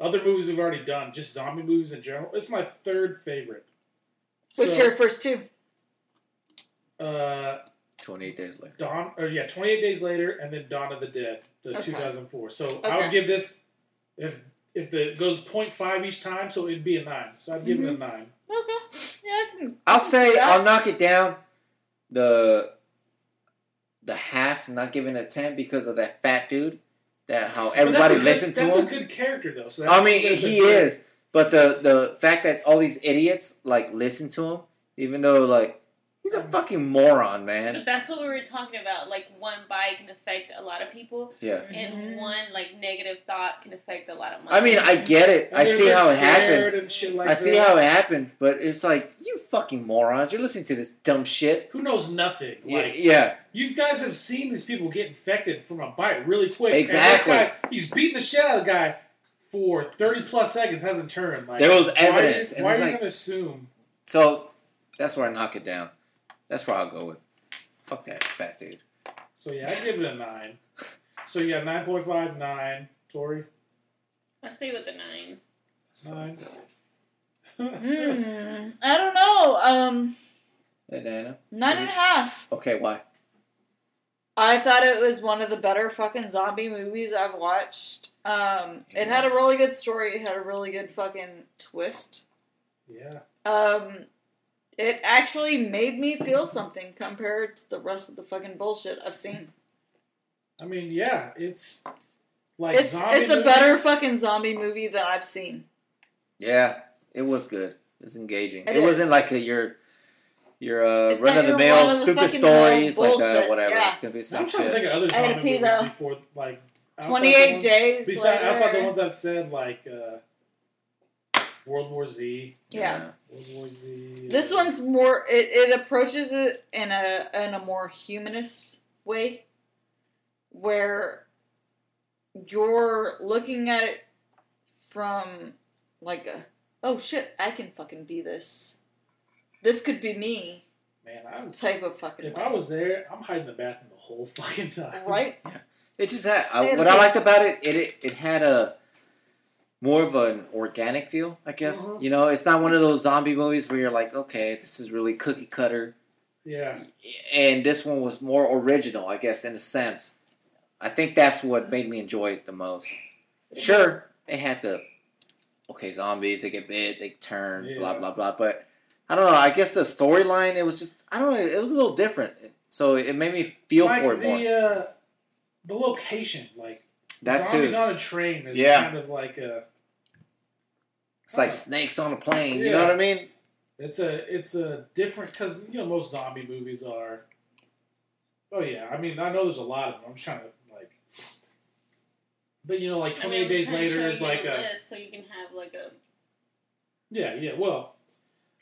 S1: other movies we've already done, just zombie movies in general, it's my third favorite.
S2: what's
S1: So,
S2: your first two?
S1: uh,
S3: Twenty eight days later.
S1: Dawn, or yeah, 28 Days Later, and then Dawn of the Dead, the
S2: Okay.
S1: 2004. So I
S2: Okay.
S1: would give this, if if the it goes 0.5 each time, so it'd be a nine. So I'd give
S2: Mm-hmm.
S1: it a nine.
S2: Okay. Yeah. I can,
S3: I'll say
S2: Yeah.
S3: I'll knock it down. The the half not giving a ten because of that fat dude. That how
S1: But
S3: everybody
S1: that's a
S3: listened
S1: good,
S3: to
S1: that's
S3: him.
S1: a good character though. So
S3: I
S1: that's-
S3: mean,
S1: that's a
S3: he
S1: good-
S3: is, but the the fact that all these idiots like listen to him, even though like he's a fucking moron, man.
S4: But that's what we were talking about. Like one bite can affect a lot of people,
S3: Yeah,
S2: Mhm.
S1: Mm-hmm.
S4: and one like negative thought can affect a lot of
S3: I
S4: minds.
S3: mean, I get it.
S1: And
S3: I
S1: they're
S3: see how it
S1: just scared
S3: happened.
S1: and shit like
S3: I see
S1: that.
S3: how it happened, but it's like you fucking morons. You're listening to this dumb shit.
S1: Who knows nothing?
S3: Yeah,
S1: Like,
S3: yeah,
S1: You guys have seen these people get infected from a bite really quick.
S3: Exactly.
S1: And this guy, he's beating the shit out of the guy for 30 plus seconds, hasn't turned. Like,
S3: there was
S1: why are you-
S3: evidence, and
S1: Why are
S3: I'm
S1: you,
S3: like,
S1: going to assume?
S3: so that's where I knock it down. That's where I'll go with. Fuck that fat dude.
S1: So, yeah, I give it a 9. So you got 9.5, 9. Tori?
S4: I stay with the nine.
S3: That's fucking dumb.
S2: Hmm. I don't know. Um,
S3: Hey, Diana.
S2: nine and a half.
S3: Okay, why?
S2: I thought it was one of the better fucking zombie movies I've watched. Um, it had a really good story. It had a really good fucking twist.
S1: yeah.
S2: Um, it actually made me feel something compared to the rest of the fucking bullshit I've seen.
S1: I mean, yeah, it's like
S2: It's
S1: zombie
S2: it's a better
S1: movies.
S2: fucking zombie movie than I've seen.
S3: Yeah, it was good. It was engaging.
S2: It
S3: It, wasn't
S2: is.
S3: like a, your your uh,
S2: It's not
S3: run of the
S2: your
S3: mill
S2: run-of-the-fucking-mill
S3: stupid stories like
S2: bullshit,
S3: that. Whatever.
S2: yeah.
S3: It's gonna be
S1: I'm trying
S3: some
S1: to
S3: shit.
S1: think of other
S2: I had
S1: zombie
S2: to pee,
S1: movies
S2: though.
S1: before, like outside the
S2: Twenty eight
S1: ones-
S2: days.
S1: Besides, outside the
S2: later.
S1: ones I've said, like uh, World War Z,
S2: yeah.
S1: World War Z.
S2: This
S1: uh,
S2: one's more. It, it approaches it in a in a more humanist way, where you're looking at it from like a oh shit I can fucking be this, this could be me
S1: Man, I'm.
S2: type of fucking
S1: If I was there, I'm hiding in the bathroom the whole fucking time.
S2: right.
S3: It just had
S2: They
S3: I,
S2: had
S3: what
S2: a
S3: I
S2: good-
S3: liked about it. It it, it had a more of an organic feel, I guess.
S1: Mhm.
S2: Mm-hmm.
S3: You know, it's not one of those zombie movies where you're like, okay, this is really cookie cutter.
S1: Yeah.
S3: And this one was more original, I guess, in a sense. I think that's what made me enjoy it the most. Sure, they had the okay zombies. They get bit, they turn, blah
S1: Yeah.
S3: blah blah. But I don't know. I guess the storyline it was just I don't know. It was a little different, so it made me feel
S1: like
S3: for it
S1: the
S3: more.
S1: Uh, the location, like
S3: that too.
S1: zombies on a train, is
S3: Yeah.
S1: kind of like a.
S3: It's like snakes on a plane. You
S1: Yeah.
S3: know what I mean?
S1: It's a it's a different because you know most zombie movies are. Oh yeah, I mean I know there's a lot of them. I'm trying to like. But you know, like
S4: I
S1: 28
S4: mean, I'm
S1: days
S4: trying to
S1: later
S4: show
S1: is
S4: you
S1: like
S4: the
S1: a
S4: list so you can have like a
S1: yeah yeah. Well,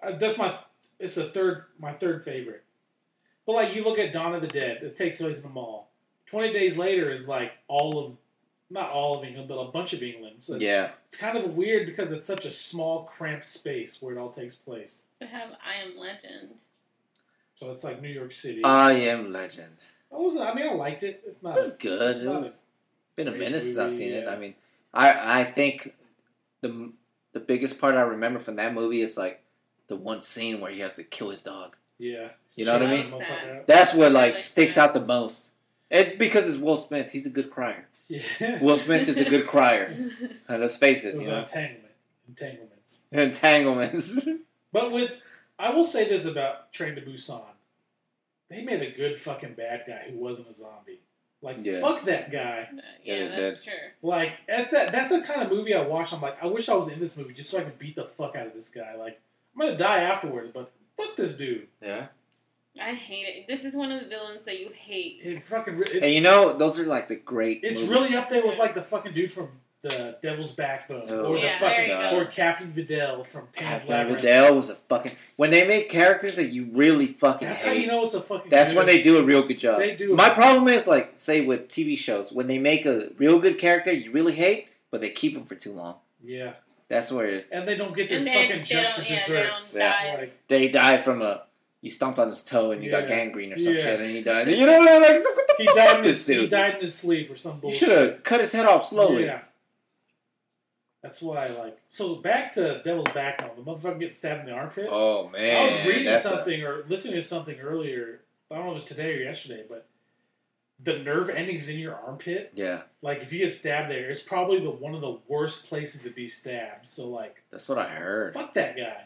S1: I, that's my it's the third my third favorite. But like you look at Dawn of the Dead, it takes place in a mall. 20 days later is like all of not all of England, but a bunch of England. So it's,
S3: Yeah,
S1: it's kind of weird because it's such a small cramped space where it all takes place.
S4: to have I Am Legend.
S1: So it's like New York City.
S3: I am Legend.
S1: I was I mean I liked it. It's
S3: It
S1: not
S3: was good.
S1: it's
S3: It
S1: not
S3: was been a
S1: great
S3: minute since I've
S1: movie,
S3: seen it.
S1: yeah.
S3: I mean, I I think the the biggest part I remember from that movie is like the one scene where he has to kill his dog.
S1: yeah.
S3: You know what I
S1: Check
S4: mean?
S1: that motherfucker out.
S3: That's what
S4: I
S3: like
S4: like
S3: sticks
S4: that.
S3: out the most. It because it's Will Smith. He's a good crier.
S1: Yeah.
S3: Will Smith is a good crier.
S4: I
S3: And let's face it,
S1: it
S3: you
S1: was
S3: know,
S1: entanglement. Entanglements.
S3: entanglements.
S1: But with I will say this about Train to Busan. They made a good fucking bad guy who wasn't a zombie. Like
S3: Yeah.
S1: fuck that guy.
S3: Yeah,
S4: yeah,
S3: it
S4: that's true.
S1: Like that's that that's the kind of movie I watch. I'm like, I wish I was in this movie just so I could beat the fuck out of this guy. Like I'm gonna die afterwards, but fuck this dude.
S3: yeah.
S4: I hate it. This is one of the villains that you hate.
S1: It fucking re- it's,
S3: And you know, those are like the great.
S1: it's
S3: movies.
S1: really up there with like the fucking dude from the Devil's Backbone
S3: Oh,
S1: or
S4: yeah,
S1: the
S4: there
S1: fucking
S4: you
S3: fucking-
S4: go.
S1: or Captain Vidal from Pan's
S3: Captain
S1: Labyrinth.
S3: Vidal was a fucking. When they make characters that you really fucking
S1: That's how
S3: hate,
S1: you know it's a fucking.
S3: that's
S1: good-
S3: when they do a real good job.
S1: They do.
S3: My problem is like, say with TV shows, when they make a real good character you really hate, but they keep them for too long.
S1: Yeah,
S3: That's where it's
S1: and they don't get their
S4: And then
S1: fucking
S4: they don't-
S1: just
S4: yeah, they
S1: desserts.
S4: don't die.
S1: Like,
S3: they die from a you stomped on his toe and you
S1: Yeah.
S3: got gangrene or some
S1: Yeah.
S3: shit and he died. You know what I'm like? What the
S1: he
S3: fuck
S1: died. In
S3: is this
S1: his, he
S3: dude?
S1: died in his sleep or some
S3: You
S1: bullshit.
S3: should have cut his head off slowly.
S1: Yeah. That's why, like, so back to Devil's Backbone, the motherfucker getting stabbed in the armpit.
S3: Oh man,
S1: I was reading
S3: that's a-
S1: something or listening to something earlier. I don't know if it was today or yesterday, but the nerve endings in your armpit,
S3: yeah,
S1: like if you get stabbed there, it's probably the one of the worst places to be stabbed. So like,
S3: that's what I heard.
S1: fuck that guy.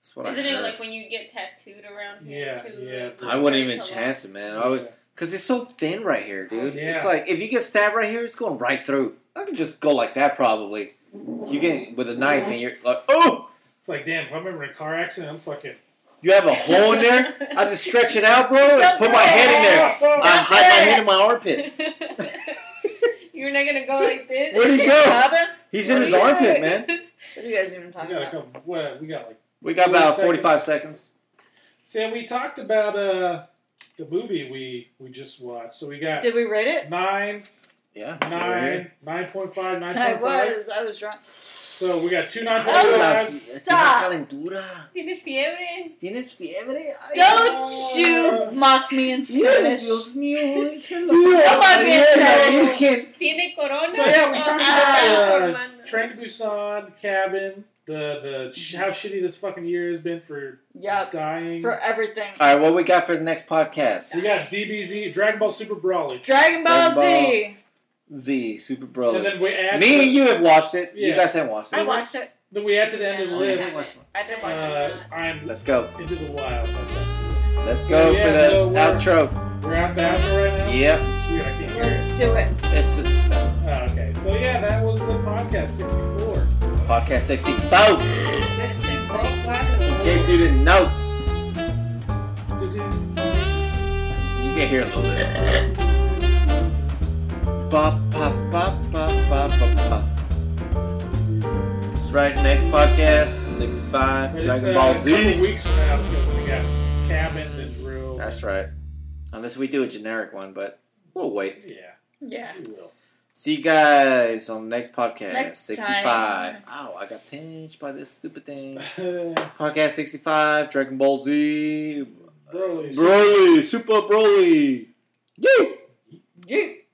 S3: That's
S1: Oh,
S3: what
S4: Isn't
S3: I heard.
S4: it like when you get tattooed around here
S1: Yeah,
S4: too?
S1: yeah.
S4: like,
S3: I wouldn't
S4: it's
S3: even
S4: a lot.
S3: chance it, man. I was because it's so thin right here, dude.
S1: Yeah.
S3: It's like if you get stabbed right here, it's going right through. I could just go like that probably. You get with a knife and you're like, oh.
S1: It's like, damn, if I'm ever in a car accident, I'm fucking.
S3: You have a hole in there. I just stretch it out, bro, and put my head in there. I
S1: there.
S3: hide my head in my armpit.
S4: You're not gonna go like this.
S3: Where'd he go?
S2: Robin,
S3: He's in his armpit, man.
S2: what are you guys even
S1: We
S2: talking
S1: got a
S2: about?
S1: couple. What we got? Like,
S3: We got
S1: Forty
S3: about
S1: seconds.
S3: forty-five seconds.
S1: see, we talked about uh the movie we we just watched. So we got
S2: Did we rate it?
S1: nine,
S3: Yeah.
S1: nine, nine point five, nine
S2: I
S1: point five.
S2: was I was drunk.
S1: So we got two non
S2: Oh,
S1: points.
S2: stop.
S3: Tienes calentura.
S4: Tienes fiebre?
S3: Tienes fiebre. Ay,
S2: Don't you mock me in Spanish.
S3: Dios mío. déjenlo.
S2: Come on, man,
S3: Yeah,
S2: Spanish.
S3: you can-
S4: Tiene corona?
S1: So, yeah, we
S4: Oh,
S1: talked
S4: ah,
S1: about, uh,
S4: Armando.
S1: Train to Busan, cabin, the the sh- how shitty this fucking year has been for
S2: Yep,
S1: dying.
S2: for everything.
S3: All right, what we got for the next podcast?
S1: we got DBZ, Dragon Ball Super Brawly,
S2: Dragon Ball
S3: Dragon Ball.
S2: Z.
S3: Z Super
S1: and
S3: Broly.
S1: then we add
S3: Me and you have watched it. You
S1: Yeah.
S3: guys haven't watched
S2: I
S3: it. Oh,
S2: watched it.
S1: Then we add to the end of the
S4: Yeah.
S1: list.
S2: I did watch
S1: Uh,
S2: it.
S1: I'm
S3: Let's go.
S1: into the wild. That's
S3: Let's go
S1: Yeah, so
S3: for the
S1: we're-
S3: outro.
S1: We're at the outro right now.
S3: Yep.
S1: It's weird, I
S3: Uh,
S1: can't hear it.
S2: Let's do it.
S3: It's just
S1: Oh, okay, so yeah, that was the podcast 64.
S3: podcast 60. Boat. In case you didn't know, you can hear a little bit. Ba ba ba ba ba ba ba. That's right. Next podcast 65.
S1: But it's,
S3: Dragon
S1: uh,
S3: Ball
S1: a couple
S3: Z.
S1: weeks from now because we got cabin and drill.
S3: That's right. Unless we do a generic one, but we'll wait.
S1: yeah,
S2: Yeah.
S1: we will.
S3: See you guys on the next podcast,
S2: Next
S3: 65.
S2: time.
S3: Ow, I got pinched by this stupid thing.
S1: Uh,
S3: Podcast 65, Dragon Ball Z,
S1: Broly.
S3: Broly, Super Broly. Yeah!
S2: You.